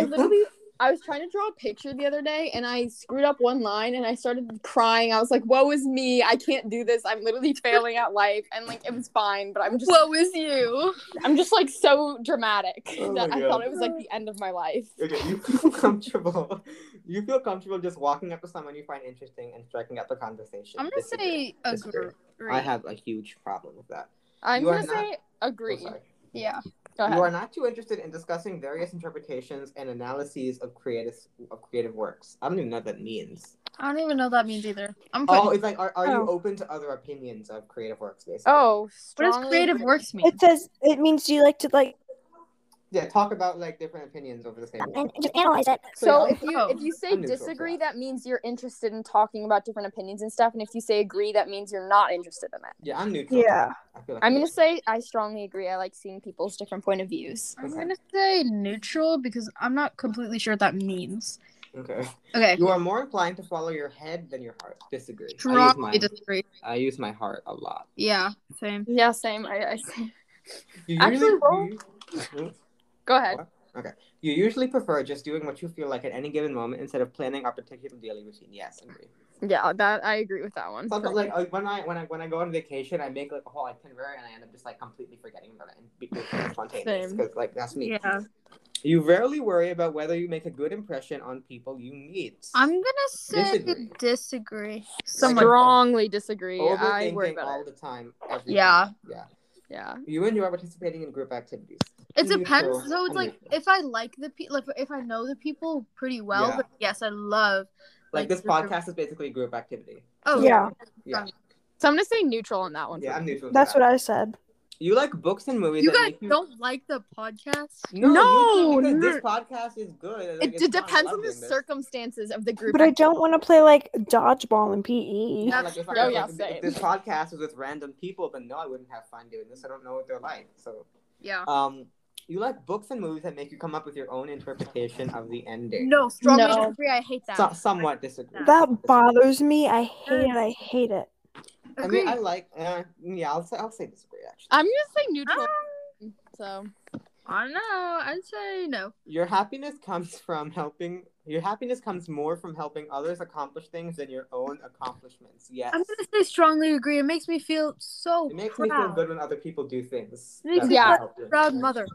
[SPEAKER 3] You-
[SPEAKER 6] literally, I was trying to draw a picture the other day, and I screwed up one line, and I started crying. I was like, "Woe is me! I can't do this. I'm literally failing at life." And like, it was fine, but I'm just,
[SPEAKER 1] What was you?
[SPEAKER 6] I'm just like so dramatic
[SPEAKER 3] Oh
[SPEAKER 6] that
[SPEAKER 3] my
[SPEAKER 6] I
[SPEAKER 3] God.
[SPEAKER 6] thought it was like the end of my life.
[SPEAKER 3] Okay, you feel comfortable. You feel comfortable just walking up to someone you find interesting and striking up a conversation.
[SPEAKER 1] I'm gonna
[SPEAKER 3] Disagree.
[SPEAKER 1] say a
[SPEAKER 3] Disagree.
[SPEAKER 1] group.
[SPEAKER 3] I have a huge problem with that.
[SPEAKER 6] I'm
[SPEAKER 3] You are
[SPEAKER 6] gonna
[SPEAKER 3] not-
[SPEAKER 6] say
[SPEAKER 3] Oh,
[SPEAKER 6] agree.
[SPEAKER 3] sorry.
[SPEAKER 1] Yeah.
[SPEAKER 6] Go
[SPEAKER 3] You
[SPEAKER 6] ahead.
[SPEAKER 3] are not too interested in discussing various interpretations and analyses of creative of creative works. I don't even know what that means.
[SPEAKER 1] I don't even know what that means either. I'm putting.
[SPEAKER 3] Oh, it's like are, are you
[SPEAKER 4] Oh.
[SPEAKER 3] open to other opinions of creative works, basically?
[SPEAKER 6] Oh,
[SPEAKER 1] what does
[SPEAKER 6] strongly
[SPEAKER 1] creative
[SPEAKER 6] agree.
[SPEAKER 1] works mean?
[SPEAKER 4] It says it means do you like to like
[SPEAKER 3] Yeah, talk about like different opinions over the same. work.
[SPEAKER 2] and just analyze it.
[SPEAKER 6] So
[SPEAKER 3] yeah,
[SPEAKER 6] if you
[SPEAKER 1] Oh.
[SPEAKER 6] if you say
[SPEAKER 3] I'm neutral to
[SPEAKER 6] disagree,
[SPEAKER 3] that.
[SPEAKER 6] that means you're interested in talking about different opinions and stuff. And if you say agree, that means you're not interested in it.
[SPEAKER 3] yeah, I'm neutral.
[SPEAKER 4] yeah.
[SPEAKER 3] I feel like
[SPEAKER 6] I'm gonna say I strongly agree. I like seeing people's different point of views.
[SPEAKER 1] I'm
[SPEAKER 3] Okay.
[SPEAKER 1] gonna say neutral because I'm not completely sure what that means.
[SPEAKER 3] okay.
[SPEAKER 1] Okay.
[SPEAKER 3] You are more inclined to follow your head than your heart. Disagree. I use my
[SPEAKER 1] Strongly disagree.
[SPEAKER 3] I use my heart a lot.
[SPEAKER 1] Yeah. Same.
[SPEAKER 6] Yeah, same. I, I same.
[SPEAKER 3] You
[SPEAKER 6] Actually,
[SPEAKER 3] usually Mhm.
[SPEAKER 6] Go ahead.
[SPEAKER 3] What? you usually prefer just doing what you feel like at any given moment instead of planning a particular daily routine. Yes, agree.
[SPEAKER 6] Yeah, that I agree with that one.
[SPEAKER 3] Sometimes, like uh, when I when I when I go on vacation, I make like a whole itinerary and I end up just like completely forgetting about it and be being spontaneous
[SPEAKER 6] Same.
[SPEAKER 3] because like that's me.
[SPEAKER 1] Yeah.
[SPEAKER 3] You rarely worry about whether you make a good impression on people you meet.
[SPEAKER 1] I'm gonna say
[SPEAKER 3] Disagree.
[SPEAKER 1] disagree.
[SPEAKER 3] Someone-
[SPEAKER 6] strongly disagree. I worry
[SPEAKER 3] Overthinking
[SPEAKER 6] about
[SPEAKER 3] all
[SPEAKER 6] it.
[SPEAKER 3] the time. every
[SPEAKER 1] Yeah.
[SPEAKER 3] time. Yeah.
[SPEAKER 6] Yeah.
[SPEAKER 3] You enjoy participating in group activities.
[SPEAKER 1] It
[SPEAKER 3] Neutral.
[SPEAKER 1] depends. So it's
[SPEAKER 3] I'm
[SPEAKER 1] like
[SPEAKER 3] neutral.
[SPEAKER 1] if I like the people, like if I know the people pretty well,
[SPEAKER 3] Yeah.
[SPEAKER 1] but yes, I love.
[SPEAKER 3] like,
[SPEAKER 1] like,
[SPEAKER 3] this
[SPEAKER 1] group-
[SPEAKER 3] podcast is basically a group activity.
[SPEAKER 1] Oh
[SPEAKER 4] Yeah.
[SPEAKER 3] Yeah,
[SPEAKER 6] So I'm gonna say neutral on that one.
[SPEAKER 3] yeah, I'm neutral.
[SPEAKER 4] That's
[SPEAKER 3] to
[SPEAKER 4] what
[SPEAKER 3] that.
[SPEAKER 4] I said.
[SPEAKER 3] you like books and movies.
[SPEAKER 1] You
[SPEAKER 3] that
[SPEAKER 1] guys
[SPEAKER 3] make you...
[SPEAKER 1] don't like the podcast.
[SPEAKER 3] No,
[SPEAKER 6] No,
[SPEAKER 3] you do, because
[SPEAKER 6] no.
[SPEAKER 3] this podcast is good. and, like,
[SPEAKER 6] It,
[SPEAKER 3] it's
[SPEAKER 6] it
[SPEAKER 3] fun. I
[SPEAKER 6] depends
[SPEAKER 3] love
[SPEAKER 6] on the
[SPEAKER 3] doing this.
[SPEAKER 6] circumstances of the group.
[SPEAKER 4] But I don't want to play like dodgeball in E. PE.
[SPEAKER 3] Yeah,
[SPEAKER 1] That's
[SPEAKER 3] like, if, I,
[SPEAKER 6] true.
[SPEAKER 3] if,
[SPEAKER 6] Oh, Yeah,
[SPEAKER 3] if
[SPEAKER 6] same.
[SPEAKER 3] this podcast was with random people, then no, I wouldn't have fun doing this. I don't know what they're like. So,
[SPEAKER 1] Yeah.
[SPEAKER 3] um, you like books and movies that make you come up with your own interpretation of the ending.
[SPEAKER 1] No, strongly
[SPEAKER 6] No.
[SPEAKER 1] disagree. I hate that.
[SPEAKER 3] So- somewhat disagree.
[SPEAKER 4] That bothers me. I hate it. I hate it.
[SPEAKER 3] I
[SPEAKER 1] Agree.
[SPEAKER 3] mean, I like. Uh, yeah, I'll say I'll say disagree actually.
[SPEAKER 6] I'm gonna say neutral. So
[SPEAKER 1] I don't know. I'd say no.
[SPEAKER 3] Your happiness comes from helping. Your happiness comes more from helping others accomplish things than your own accomplishments. Yes,
[SPEAKER 1] I'm gonna say strongly agree. It makes me feel so
[SPEAKER 4] Oh,
[SPEAKER 3] it makes
[SPEAKER 1] proud.
[SPEAKER 3] me feel good when other people do things.
[SPEAKER 1] It makes
[SPEAKER 3] that
[SPEAKER 6] me
[SPEAKER 3] help you.
[SPEAKER 1] Proud mother.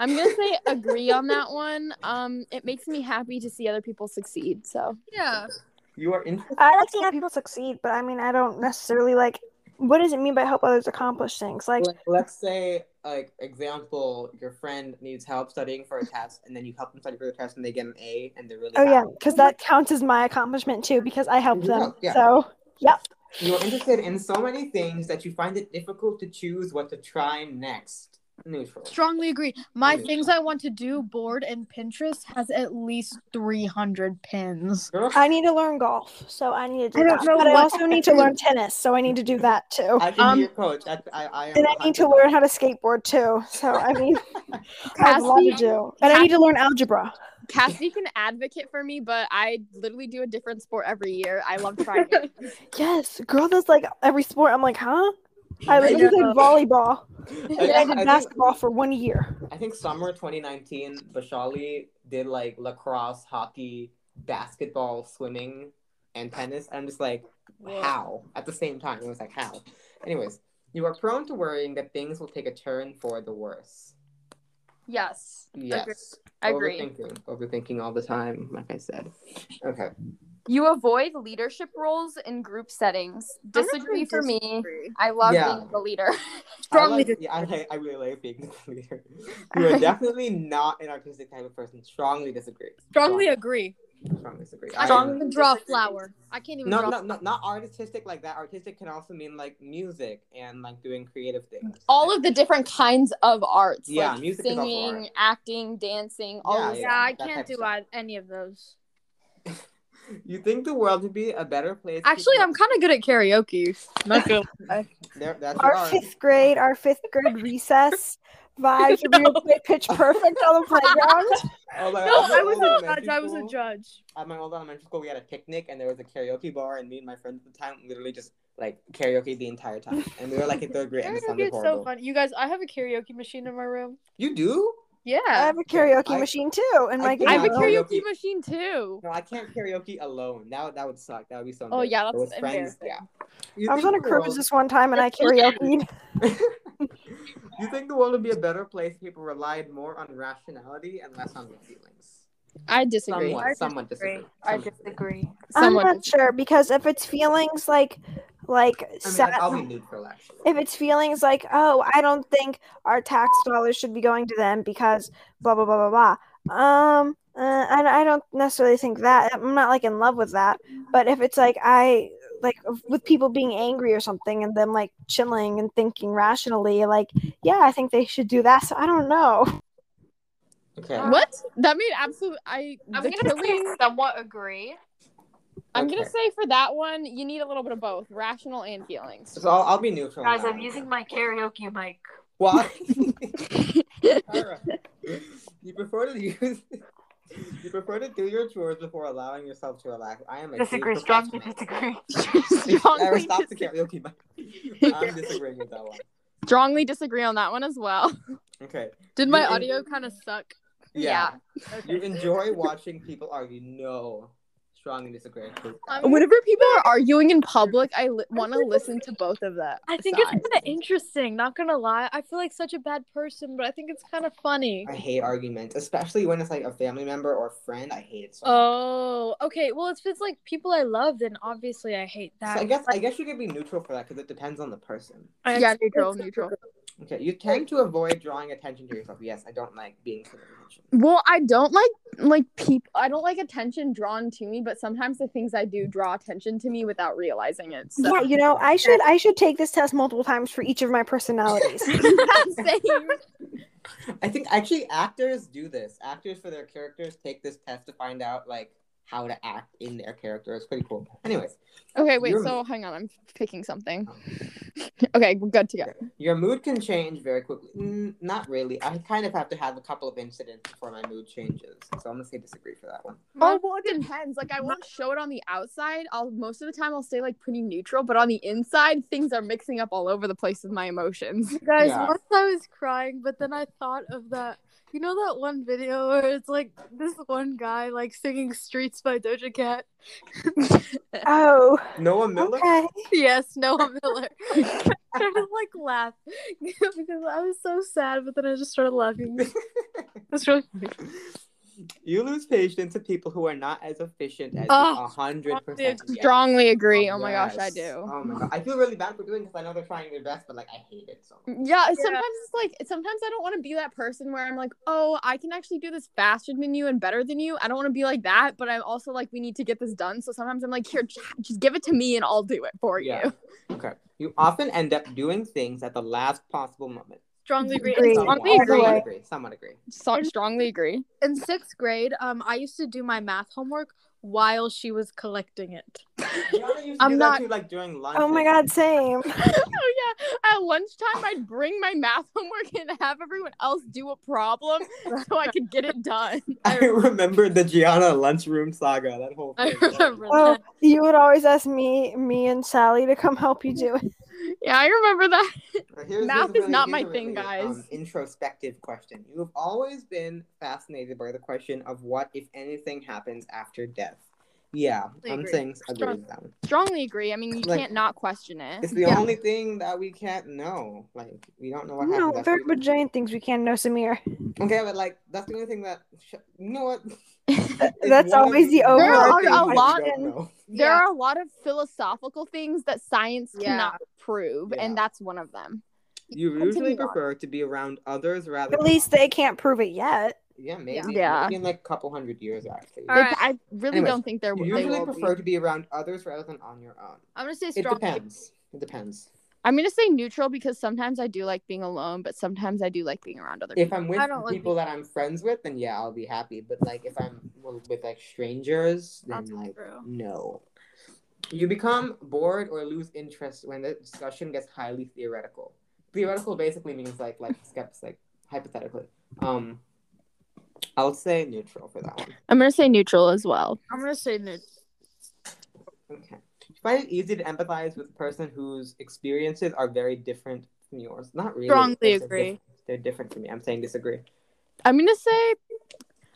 [SPEAKER 6] I'm gonna say agree on that one. Um, it makes me happy to see other people succeed. So
[SPEAKER 1] Yeah.
[SPEAKER 3] You are in.
[SPEAKER 4] I like seeing other people succeed, but I mean, I don't necessarily like. What does it mean by help others accomplish things? Like,
[SPEAKER 3] Let- Let's say, like example, your friend needs help studying for a test, and then you help them study for the test, and they get an A, and they're really.
[SPEAKER 4] oh yeah,
[SPEAKER 3] happy.
[SPEAKER 4] because that counts as my accomplishment too, because I helped them.
[SPEAKER 3] Yeah.
[SPEAKER 4] So
[SPEAKER 3] You are interested in so many things that you find it difficult to choose what to try next. Neutral.
[SPEAKER 1] Strongly agree. My
[SPEAKER 3] Agree.
[SPEAKER 1] things I want to do board and Pinterest has at least 300 pins.
[SPEAKER 3] Girl,
[SPEAKER 4] I need to learn golf, so I need to do
[SPEAKER 1] I don't
[SPEAKER 4] that.
[SPEAKER 1] know
[SPEAKER 4] but I
[SPEAKER 1] what-
[SPEAKER 4] also need to learn tennis, so I need to do that too.
[SPEAKER 3] I can
[SPEAKER 1] Um,
[SPEAKER 3] be your coach. I, I, I am
[SPEAKER 4] And I need to
[SPEAKER 3] 100%
[SPEAKER 4] learn how to skateboard too. So I mean, I have a lot to
[SPEAKER 6] Cassie-
[SPEAKER 4] do, and I need to learn algebra.
[SPEAKER 6] Cassidy can advocate for me, but I literally do a different sport every year. I love trying. it.
[SPEAKER 4] Yes, girl, that's like every sport. I'm like, huh? I
[SPEAKER 1] I
[SPEAKER 4] like did
[SPEAKER 1] know.
[SPEAKER 4] volleyball, and
[SPEAKER 3] think-
[SPEAKER 4] I
[SPEAKER 3] I
[SPEAKER 4] did
[SPEAKER 3] think-
[SPEAKER 4] basketball for one year.
[SPEAKER 3] I think summer 2019, Bashali did like lacrosse, hockey, basketball, swimming, and tennis. And I'm just like, how? At the same time, it was like, how? Anyways, you are prone to worrying that things will take a turn for the worse.
[SPEAKER 6] Yes,
[SPEAKER 3] Yes.
[SPEAKER 6] Agree.
[SPEAKER 3] Overthinking. Overthinking all the time, like I said. Okay.
[SPEAKER 6] you avoid leadership roles in group settings.
[SPEAKER 1] I'm gonna
[SPEAKER 6] Disagree
[SPEAKER 1] say
[SPEAKER 6] for me.
[SPEAKER 1] disagree.
[SPEAKER 6] I love
[SPEAKER 3] Yeah.
[SPEAKER 6] being the leader.
[SPEAKER 1] Strongly
[SPEAKER 3] I like,
[SPEAKER 1] disagree.
[SPEAKER 3] yeah, I, like- I really like being the leader. You are definitely not an artistic type of person. Strongly disagree.
[SPEAKER 1] Strongly agree.
[SPEAKER 3] Strongly disagree.
[SPEAKER 1] I
[SPEAKER 3] I am-
[SPEAKER 1] can't even draw a flower. I can't even
[SPEAKER 3] no,
[SPEAKER 1] draw.
[SPEAKER 3] no, no, not artistic like that. Artistic can also mean like music and like doing creative things.
[SPEAKER 6] All of the different kinds of arts.
[SPEAKER 3] Yeah,
[SPEAKER 6] like
[SPEAKER 3] music is also
[SPEAKER 6] singing,
[SPEAKER 3] art.
[SPEAKER 6] acting, dancing. All
[SPEAKER 3] Yeah,
[SPEAKER 6] of
[SPEAKER 1] Yeah,
[SPEAKER 6] that.
[SPEAKER 1] I
[SPEAKER 3] that
[SPEAKER 1] can't
[SPEAKER 3] type of
[SPEAKER 1] do
[SPEAKER 3] stuff.
[SPEAKER 1] ei- any of those.
[SPEAKER 3] you think the world would be a better place. if
[SPEAKER 1] Actually,
[SPEAKER 3] you-
[SPEAKER 1] I'm kind of good at karaoke. Not good.
[SPEAKER 3] There, that's your
[SPEAKER 4] Our
[SPEAKER 3] art.
[SPEAKER 4] fifth grade, our fifth grade recess, vibes where we would play pitch perfect on the playground.
[SPEAKER 3] Oh, my-
[SPEAKER 1] No,
[SPEAKER 3] at my
[SPEAKER 1] I was
[SPEAKER 3] old
[SPEAKER 1] a
[SPEAKER 3] elementary
[SPEAKER 1] judge. I was a
[SPEAKER 3] school-
[SPEAKER 1] judge.
[SPEAKER 3] At my old elementary school, we had a picnic and there was a karaoke bar, and me and my friends at the time literally just like karaoke the entire time. And we were like in third grade, and it
[SPEAKER 1] Karaoke
[SPEAKER 3] sounded
[SPEAKER 1] is so
[SPEAKER 3] horrible.
[SPEAKER 1] fun. You guys, I have a karaoke machine in my room.
[SPEAKER 3] you do?
[SPEAKER 1] Yeah.
[SPEAKER 4] I have a karaoke
[SPEAKER 3] I-
[SPEAKER 4] machine too, and
[SPEAKER 3] I
[SPEAKER 4] like
[SPEAKER 3] think
[SPEAKER 6] I have a
[SPEAKER 3] Yeah.
[SPEAKER 6] karaoke
[SPEAKER 3] Karaoke.
[SPEAKER 6] machine too.
[SPEAKER 3] No, I can't karaoke alone. That would- that would suck. That would be so.
[SPEAKER 6] Oh, yeah,
[SPEAKER 3] embarrassing.
[SPEAKER 6] that's
[SPEAKER 3] But with
[SPEAKER 6] embarrassing.
[SPEAKER 3] You
[SPEAKER 4] I was
[SPEAKER 3] think
[SPEAKER 4] on a
[SPEAKER 3] the world-
[SPEAKER 4] cruise this one time and I karaoke.
[SPEAKER 3] you think the world would be a better place if people relied more on rationality and less on their feelings?
[SPEAKER 6] I disagree.
[SPEAKER 3] Someone,
[SPEAKER 1] I
[SPEAKER 3] someone disagree.
[SPEAKER 1] I
[SPEAKER 3] Someone
[SPEAKER 1] disagree.
[SPEAKER 4] I'm
[SPEAKER 6] Someone-
[SPEAKER 4] not sure because if it's feelings like like
[SPEAKER 3] I mean,
[SPEAKER 4] sad,
[SPEAKER 3] like, I'll be neutral actually.
[SPEAKER 4] if it's feelings like oh I don't think our tax dollars should be going to them because blah blah blah blah blah. Um, uh, and I don't necessarily think that I'm not like in love with that. But if it's like I like with people being angry or something and them like chilling and thinking rationally, like yeah, I think they should do that. So I don't know.
[SPEAKER 3] okay.
[SPEAKER 6] What? That made absolute. I.
[SPEAKER 1] I'm
[SPEAKER 6] the
[SPEAKER 1] gonna
[SPEAKER 6] killing-
[SPEAKER 1] say somewhat agree.
[SPEAKER 6] I'm gonna
[SPEAKER 3] Okay.
[SPEAKER 6] say for that one, you need a little bit of both, rational and feelings.
[SPEAKER 3] So I'll, I'll be neutral. on
[SPEAKER 1] Guys,
[SPEAKER 3] that
[SPEAKER 1] I'm
[SPEAKER 3] one.
[SPEAKER 1] using my karaoke mic.
[SPEAKER 3] Why? Alright. you prefer to use. You prefer to do your chores before allowing yourself to relax. I am a huge
[SPEAKER 1] Disagree. Strongly
[SPEAKER 3] procrastinator.
[SPEAKER 1] disagree.
[SPEAKER 3] Ever
[SPEAKER 6] strongly,
[SPEAKER 3] stop the
[SPEAKER 6] dis-
[SPEAKER 3] karaoke? mic. I'm disagreeing with that one.
[SPEAKER 6] strongly disagree on that one as well.
[SPEAKER 3] Okay.
[SPEAKER 6] Did my
[SPEAKER 3] You-
[SPEAKER 6] audio kind of suck?
[SPEAKER 3] Yeah.
[SPEAKER 1] Okay.
[SPEAKER 3] You enjoy watching people argue. No, strongly disagree.
[SPEAKER 1] I'm-
[SPEAKER 6] Whenever people are arguing in public, I li- want to listen to both of that.
[SPEAKER 1] I think it's kind of interesting. Not gonna lie, I feel like such a bad person, but I think it's kind of funny.
[SPEAKER 3] I hate arguments, especially when it's like a family member or friend. I hate it so. much.
[SPEAKER 1] Oh, okay. Well, if it's like people I love, then obviously I hate that.
[SPEAKER 3] so I guess I guess you could be neutral for that because it depends on the person.
[SPEAKER 1] I
[SPEAKER 6] yeah,
[SPEAKER 1] actually-
[SPEAKER 6] neutral, neutral.
[SPEAKER 3] Okay, you tend to avoid drawing attention to yourself. Yes, I don't like being centered attention.
[SPEAKER 6] Well, I don't like like people. I don't like attention drawn to me, but sometimes the things I do draw attention to me without realizing it. So
[SPEAKER 4] yeah, you know I should I should take this test multiple times for each of my personalities.
[SPEAKER 6] Same.
[SPEAKER 3] I think actually actors do this. Actors for their characters take this test to find out like how to act in their character. It's pretty cool. Anyways,
[SPEAKER 6] Okay, wait.
[SPEAKER 3] You're-
[SPEAKER 6] So hang on, I'm picking something. Okay, we're good to go.
[SPEAKER 3] your mood can change very quickly. Mm, not really. I kind of have to have a couple of incidents before my mood changes. So I'm gonna say disagree for that one.
[SPEAKER 6] Oh well, it depends. Like I won't show it on the outside. I'll most of the time I'll stay like pretty neutral, but on the inside things are mixing up all over the place with my emotions.
[SPEAKER 1] Guys,
[SPEAKER 3] Yeah.
[SPEAKER 1] once I was crying, but then I thought of that. You know that one video where it's like this one guy like singing "Streets" by Doja Cat.
[SPEAKER 4] oh,
[SPEAKER 3] Noah Miller.
[SPEAKER 4] okay.
[SPEAKER 1] yes, Noah Miller. I started like laugh because I was so sad, but then I just started laughing. That's really funny.
[SPEAKER 3] You lose patience with people who are not as efficient as
[SPEAKER 1] Oh,
[SPEAKER 3] a hundred percent.
[SPEAKER 6] Strongly agree. Oh my gosh, I
[SPEAKER 3] Yes.
[SPEAKER 6] do.
[SPEAKER 3] Oh my god, I feel really bad for doing because I know they're trying their best, but like I hate it so. much.
[SPEAKER 6] Yeah, sometimes it's like sometimes I don't want to be that person where I'm like, oh, I can actually do this faster than you and better than you. I don't want to be like that, but I'm also like, we need to get this done. So sometimes I'm like, here, j- just give it to me and I'll do it for
[SPEAKER 3] Yeah.
[SPEAKER 6] you.
[SPEAKER 3] Okay. You often end up doing things at the last possible moment.
[SPEAKER 1] Strongly agree.
[SPEAKER 4] Agree.
[SPEAKER 1] And
[SPEAKER 3] Someone,
[SPEAKER 6] Strongly agree.
[SPEAKER 3] someone agree. Someone agree.
[SPEAKER 6] So- strongly agree.
[SPEAKER 1] in sixth grade, um, I used to do my math homework while she was collecting it.
[SPEAKER 3] Brianna used to
[SPEAKER 6] I'm
[SPEAKER 3] do that
[SPEAKER 6] not-
[SPEAKER 3] too, like during lunch.
[SPEAKER 4] Oh my
[SPEAKER 3] I
[SPEAKER 4] God,
[SPEAKER 3] think.
[SPEAKER 4] same.
[SPEAKER 6] Oh yeah. At lunchtime I'd bring my math homework and have everyone else do a problem so I could get it done.
[SPEAKER 3] I remember the Gianna lunchroom saga. That whole.
[SPEAKER 1] I
[SPEAKER 3] Thing.
[SPEAKER 1] remember
[SPEAKER 4] Oh,
[SPEAKER 1] that.
[SPEAKER 4] you would always ask me, me and Sally to come help you do it.
[SPEAKER 6] Yeah, I remember that.
[SPEAKER 3] Here's- here's
[SPEAKER 6] Math
[SPEAKER 3] a
[SPEAKER 6] is not
[SPEAKER 3] here's
[SPEAKER 6] my
[SPEAKER 3] a
[SPEAKER 6] thing, guys.
[SPEAKER 3] um, introspective question. You have always been fascinated by the question of what, if anything, happens after death. Yeah,
[SPEAKER 1] I
[SPEAKER 3] I'm
[SPEAKER 1] agree.
[SPEAKER 3] saying I agree
[SPEAKER 6] Strong.
[SPEAKER 3] with that one.
[SPEAKER 6] Strongly agree. I mean, you
[SPEAKER 3] Like-
[SPEAKER 6] can't not question it.
[SPEAKER 3] It's the
[SPEAKER 1] Yeah.
[SPEAKER 3] only thing that we can't know. Like we don't know what
[SPEAKER 4] No,
[SPEAKER 3] happens.
[SPEAKER 4] there
[SPEAKER 3] after
[SPEAKER 4] are giant things we can't know, Samir.
[SPEAKER 3] Okay, but like that's the only thing that sh- you know what. It's
[SPEAKER 4] That's
[SPEAKER 3] one of
[SPEAKER 4] always the
[SPEAKER 3] one of
[SPEAKER 4] overarching
[SPEAKER 3] things that we
[SPEAKER 6] lot-
[SPEAKER 3] don't know.
[SPEAKER 6] There
[SPEAKER 1] Yeah.
[SPEAKER 6] are a lot of philosophical things that science
[SPEAKER 1] Yeah.
[SPEAKER 6] cannot prove,
[SPEAKER 3] Yeah.
[SPEAKER 6] and that's one of them.
[SPEAKER 3] You
[SPEAKER 6] Continue
[SPEAKER 3] usually
[SPEAKER 6] on.
[SPEAKER 3] prefer to be around others rather.
[SPEAKER 4] At
[SPEAKER 3] than
[SPEAKER 4] least
[SPEAKER 3] on-
[SPEAKER 4] they can't prove it yet.
[SPEAKER 3] Yeah, maybe.
[SPEAKER 6] Yeah.
[SPEAKER 3] Maybe in like a couple hundred years, actually.
[SPEAKER 1] All right.
[SPEAKER 6] Like, I really
[SPEAKER 3] Anyways,
[SPEAKER 6] don't think they're.
[SPEAKER 3] You
[SPEAKER 6] They
[SPEAKER 3] usually
[SPEAKER 6] will be.
[SPEAKER 3] prefer to be around others rather than on your own.
[SPEAKER 1] I'm gonna say
[SPEAKER 3] It
[SPEAKER 1] strongly.
[SPEAKER 3] depends. It depends.
[SPEAKER 6] I'm gonna say neutral because sometimes I do like being alone, but sometimes I do like being around other
[SPEAKER 3] If
[SPEAKER 6] people.
[SPEAKER 3] I'm with
[SPEAKER 1] I don't like
[SPEAKER 3] people that I'm friends with, then yeah, I'll be happy. But like if I'm w- with like strangers, then
[SPEAKER 1] That's
[SPEAKER 3] like
[SPEAKER 1] true.
[SPEAKER 3] no. You become bored or lose interest when the discussion gets highly theoretical. Theoretical basically means like like skeptics like hypothetically. Um, I'll say neutral for that one.
[SPEAKER 6] I'm gonna say neutral as well.
[SPEAKER 1] I'm gonna say no.
[SPEAKER 3] Okay. Do you find it easy to empathize with a person whose experiences are very different from yours? Not really.
[SPEAKER 1] Strongly
[SPEAKER 3] They're just
[SPEAKER 1] agree.
[SPEAKER 3] diff- They're different from me. I'm saying disagree.
[SPEAKER 6] I'm gonna say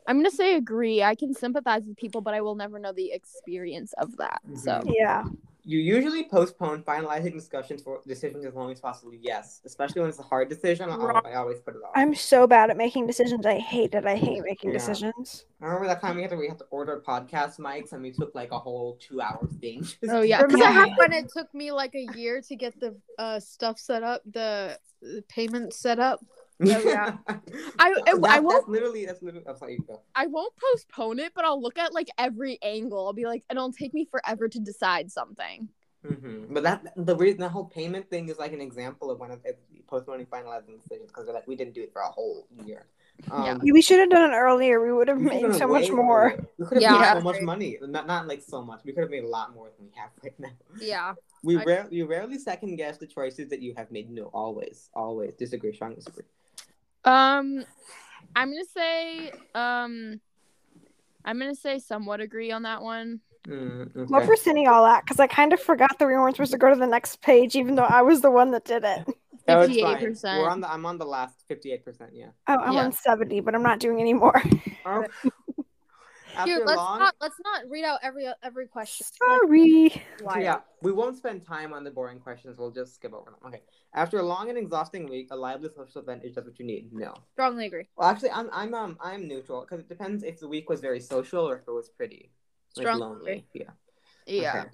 [SPEAKER 6] I'm gonna say agree. I can sympathize with people, but I will never know the experience of that. So
[SPEAKER 3] Mhm.
[SPEAKER 4] Yeah.
[SPEAKER 3] You usually postpone finalizing discussions for decisions as long as possible. Yes, especially when it's a hard decision. I,
[SPEAKER 1] Wrong.
[SPEAKER 3] I always put it off.
[SPEAKER 4] I'm so bad at making decisions. I hate it. I hate making
[SPEAKER 3] Yeah.
[SPEAKER 4] decisions.
[SPEAKER 3] I remember that time we had to we had to order podcast mics and we took like a whole two hours thing. just-
[SPEAKER 6] Oh, yeah.
[SPEAKER 1] Remember
[SPEAKER 4] Yeah.
[SPEAKER 1] how when it took me like a year to get the uh, stuff set up, the, the payment set up? Oh, yeah.
[SPEAKER 6] I- I- I
[SPEAKER 3] That-
[SPEAKER 6] won't-
[SPEAKER 3] That's literally that's literally. I'm sorry. You go.
[SPEAKER 6] I won't postpone it, but I'll look at like every angle. I'll be like, and it'll take me forever to decide something.
[SPEAKER 3] hmm But that the reason the whole payment thing is like an example of one of it- postponing finalizing decisions because we're like we didn't do it for a whole year. Um,
[SPEAKER 4] We should have done it earlier. We would have
[SPEAKER 3] we could've
[SPEAKER 4] made
[SPEAKER 3] done
[SPEAKER 4] so
[SPEAKER 3] way
[SPEAKER 4] much more.
[SPEAKER 3] earlier. We could have
[SPEAKER 6] Yeah.
[SPEAKER 3] made so much money. Not not like so much. We could have made a lot more than we have right now.
[SPEAKER 6] Yeah.
[SPEAKER 3] We
[SPEAKER 6] I-
[SPEAKER 3] rare, you rarely second guess the choices that you have made. No, always, always disagree. Strongly disagree.
[SPEAKER 6] Um, I'm gonna say, um, I'm gonna say somewhat agree on that one.
[SPEAKER 3] Mm, okay.
[SPEAKER 4] What were sending y'all at? Because I kind of forgot that we weren't supposed to go to the next page, even though I was the one that did it.
[SPEAKER 3] No, it's fine.
[SPEAKER 6] 58%.
[SPEAKER 3] We're on the. I'm on the last fifty-eight percent. Yeah.
[SPEAKER 4] Oh, I'm
[SPEAKER 6] Yeah.
[SPEAKER 4] on 70, but I'm not doing any more.
[SPEAKER 3] Oh. After
[SPEAKER 1] Here, let's
[SPEAKER 3] long,
[SPEAKER 1] not let's not read out every uh, every question.
[SPEAKER 4] Sorry.
[SPEAKER 1] Like,
[SPEAKER 3] yeah, we won't spend time on the boring questions. We'll just skip over them. Okay. After a long and exhausting week, a lively social event is just what you need. No.
[SPEAKER 1] Strongly agree.
[SPEAKER 3] Well, actually, I'm I'm um I'm neutral because it depends if the week was very social or if it was pretty, like
[SPEAKER 1] Strongly agree.
[SPEAKER 3] lonely. Yeah.
[SPEAKER 6] Yeah.
[SPEAKER 3] Okay.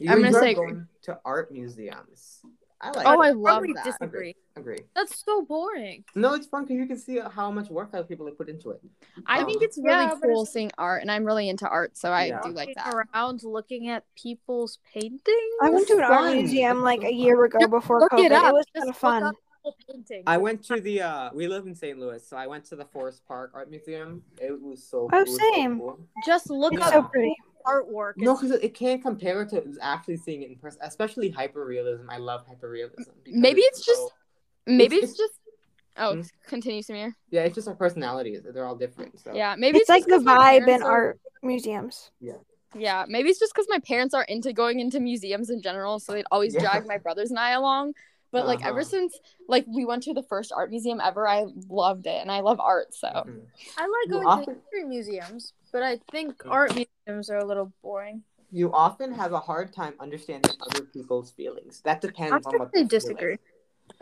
[SPEAKER 3] You
[SPEAKER 6] I'm gonna
[SPEAKER 3] enjoy
[SPEAKER 6] say agree.
[SPEAKER 3] going to art museums. I like.
[SPEAKER 6] Oh, I
[SPEAKER 3] that.
[SPEAKER 6] love
[SPEAKER 1] Strongly
[SPEAKER 6] that.
[SPEAKER 1] disagree.
[SPEAKER 3] agree.
[SPEAKER 1] That's so boring.
[SPEAKER 3] No, it's fun because you can see how much work other people have put into it.
[SPEAKER 6] I
[SPEAKER 3] Um,
[SPEAKER 6] think it's Oh, really
[SPEAKER 1] Yeah, but
[SPEAKER 6] cool
[SPEAKER 1] it's-
[SPEAKER 6] seeing art, and I'm really into art, so I
[SPEAKER 3] Yeah.
[SPEAKER 6] do like that.
[SPEAKER 1] Around looking at people's paintings.
[SPEAKER 4] I went to an art
[SPEAKER 3] Fun.
[SPEAKER 4] museum like a year ago
[SPEAKER 1] Just
[SPEAKER 4] before
[SPEAKER 1] look
[SPEAKER 4] COVID.
[SPEAKER 1] it up.
[SPEAKER 4] was
[SPEAKER 1] Just
[SPEAKER 4] kind of
[SPEAKER 1] look
[SPEAKER 4] fun.
[SPEAKER 1] up people paintings.
[SPEAKER 3] I went to the. uh We live in St. Louis, so I went to the Forest Park Art Museum. It was so.
[SPEAKER 4] Oh,
[SPEAKER 3] it was so
[SPEAKER 4] same.
[SPEAKER 3] cool.
[SPEAKER 1] Just look
[SPEAKER 4] It's
[SPEAKER 1] up
[SPEAKER 4] so pretty.
[SPEAKER 1] artwork.
[SPEAKER 3] No, because it, it can't compare to actually seeing it in person, especially hyperrealism. I love hyperrealism. because
[SPEAKER 6] Maybe it's just-
[SPEAKER 3] so-
[SPEAKER 6] Maybe
[SPEAKER 3] It's-
[SPEAKER 6] it's, just. Oh,
[SPEAKER 3] Hmm?
[SPEAKER 6] continue, Samir.
[SPEAKER 3] yeah, it's just our personalities. They're all different. So
[SPEAKER 6] Yeah, maybe
[SPEAKER 4] It's,
[SPEAKER 6] it's,
[SPEAKER 4] like
[SPEAKER 6] just
[SPEAKER 4] the
[SPEAKER 6] 'cause my
[SPEAKER 4] vibe in
[SPEAKER 6] parents are-
[SPEAKER 4] art museums.
[SPEAKER 6] Yeah, maybe it's just because my parents are into going into museums in general, so they'd always
[SPEAKER 3] Yeah.
[SPEAKER 6] drag my brothers and I along. But like ever
[SPEAKER 3] Uh-huh.
[SPEAKER 6] since like we went to the first art museum ever, I loved it, and I love art. So
[SPEAKER 3] Mhm.
[SPEAKER 1] I like
[SPEAKER 3] You
[SPEAKER 1] going
[SPEAKER 3] often-
[SPEAKER 1] to history museums, but I think
[SPEAKER 3] Mm.
[SPEAKER 1] art museums are a little boring.
[SPEAKER 3] you often have a hard time understanding other people's feelings. That depends
[SPEAKER 1] I
[SPEAKER 3] on what
[SPEAKER 1] definitely
[SPEAKER 3] they're feeling.
[SPEAKER 1] disagree.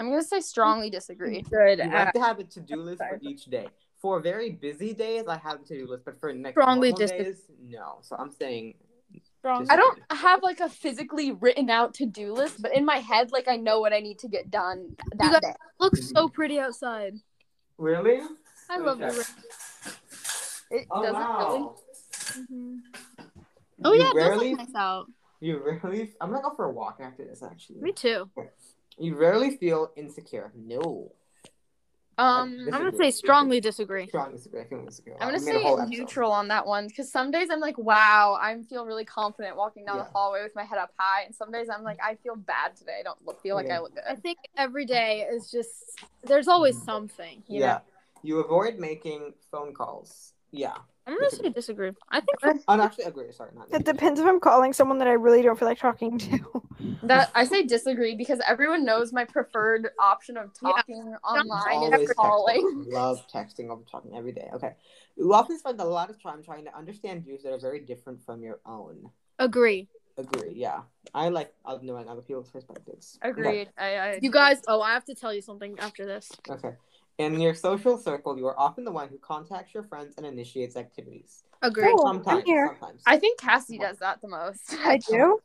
[SPEAKER 6] I'm gonna say strongly disagree.
[SPEAKER 1] Good.
[SPEAKER 3] You
[SPEAKER 1] at-
[SPEAKER 3] have to have a to-do list for each day. For very busy days, I have a to-do list, but for next
[SPEAKER 1] Strongly
[SPEAKER 3] normal
[SPEAKER 1] disagree.
[SPEAKER 3] days, no. So I'm saying
[SPEAKER 1] strong.
[SPEAKER 3] Just-
[SPEAKER 6] I don't have like a physically written out to do list, but in my head, like I know what I need to get done that
[SPEAKER 1] guys-
[SPEAKER 6] day.
[SPEAKER 1] Looks so pretty outside.
[SPEAKER 3] really.
[SPEAKER 1] I love the
[SPEAKER 3] Okay.
[SPEAKER 1] rain.
[SPEAKER 6] It
[SPEAKER 3] Oh
[SPEAKER 6] doesn't really.
[SPEAKER 3] wow.
[SPEAKER 1] Mm-hmm. Oh
[SPEAKER 3] You
[SPEAKER 1] yeah, it
[SPEAKER 3] rarely,
[SPEAKER 1] does look nice out.
[SPEAKER 3] you rarely. I'm gonna go for a walk after this. Actually,
[SPEAKER 1] Me too.
[SPEAKER 3] you rarely feel insecure. No.
[SPEAKER 6] Um,
[SPEAKER 3] This
[SPEAKER 1] I'm
[SPEAKER 3] is
[SPEAKER 1] gonna
[SPEAKER 3] good.
[SPEAKER 1] say strongly disagree.
[SPEAKER 3] Strong disagree. I can disagree.
[SPEAKER 6] I'm gonna
[SPEAKER 3] We made a
[SPEAKER 6] say
[SPEAKER 3] whole episode.
[SPEAKER 6] neutral on that one because some days I'm like, wow, I feel really confident walking down
[SPEAKER 3] Yeah.
[SPEAKER 6] the hallway with my head up high, and some days I'm like, I feel bad today. I don't look, feel like
[SPEAKER 3] Yeah.
[SPEAKER 6] I look
[SPEAKER 1] I
[SPEAKER 6] good.
[SPEAKER 1] think every day is just there's always something. You
[SPEAKER 3] Yeah.
[SPEAKER 1] Know?
[SPEAKER 3] You avoid making phone calls. Yeah.
[SPEAKER 1] I'm gonna say disagree. I think
[SPEAKER 3] Oh, no, actually, agree. Sorry, not.
[SPEAKER 4] It depends if I'm calling someone that I really don't feel like talking to.
[SPEAKER 6] That I say disagree because everyone knows my preferred option of
[SPEAKER 1] Yeah.
[SPEAKER 6] talking online
[SPEAKER 3] Always
[SPEAKER 6] is calling.
[SPEAKER 3] texting. Love texting over talking every day. Okay. You often spend a lot of time trying to understand views that are very different from your own.
[SPEAKER 1] agree.
[SPEAKER 3] Agree. Yeah. I like uh, knowing other people's perspectives. Okay,
[SPEAKER 6] Agreed. I, I
[SPEAKER 1] You guys. Oh, I have to tell you something after this.
[SPEAKER 3] Okay. In your social circle, you are often the one who contacts your friends and initiates activities.
[SPEAKER 1] Agree.
[SPEAKER 4] Cool. I'm
[SPEAKER 3] Sometimes.
[SPEAKER 4] here.
[SPEAKER 3] Sometimes.
[SPEAKER 6] I think Cassie does that the most.
[SPEAKER 3] Um,
[SPEAKER 4] I do.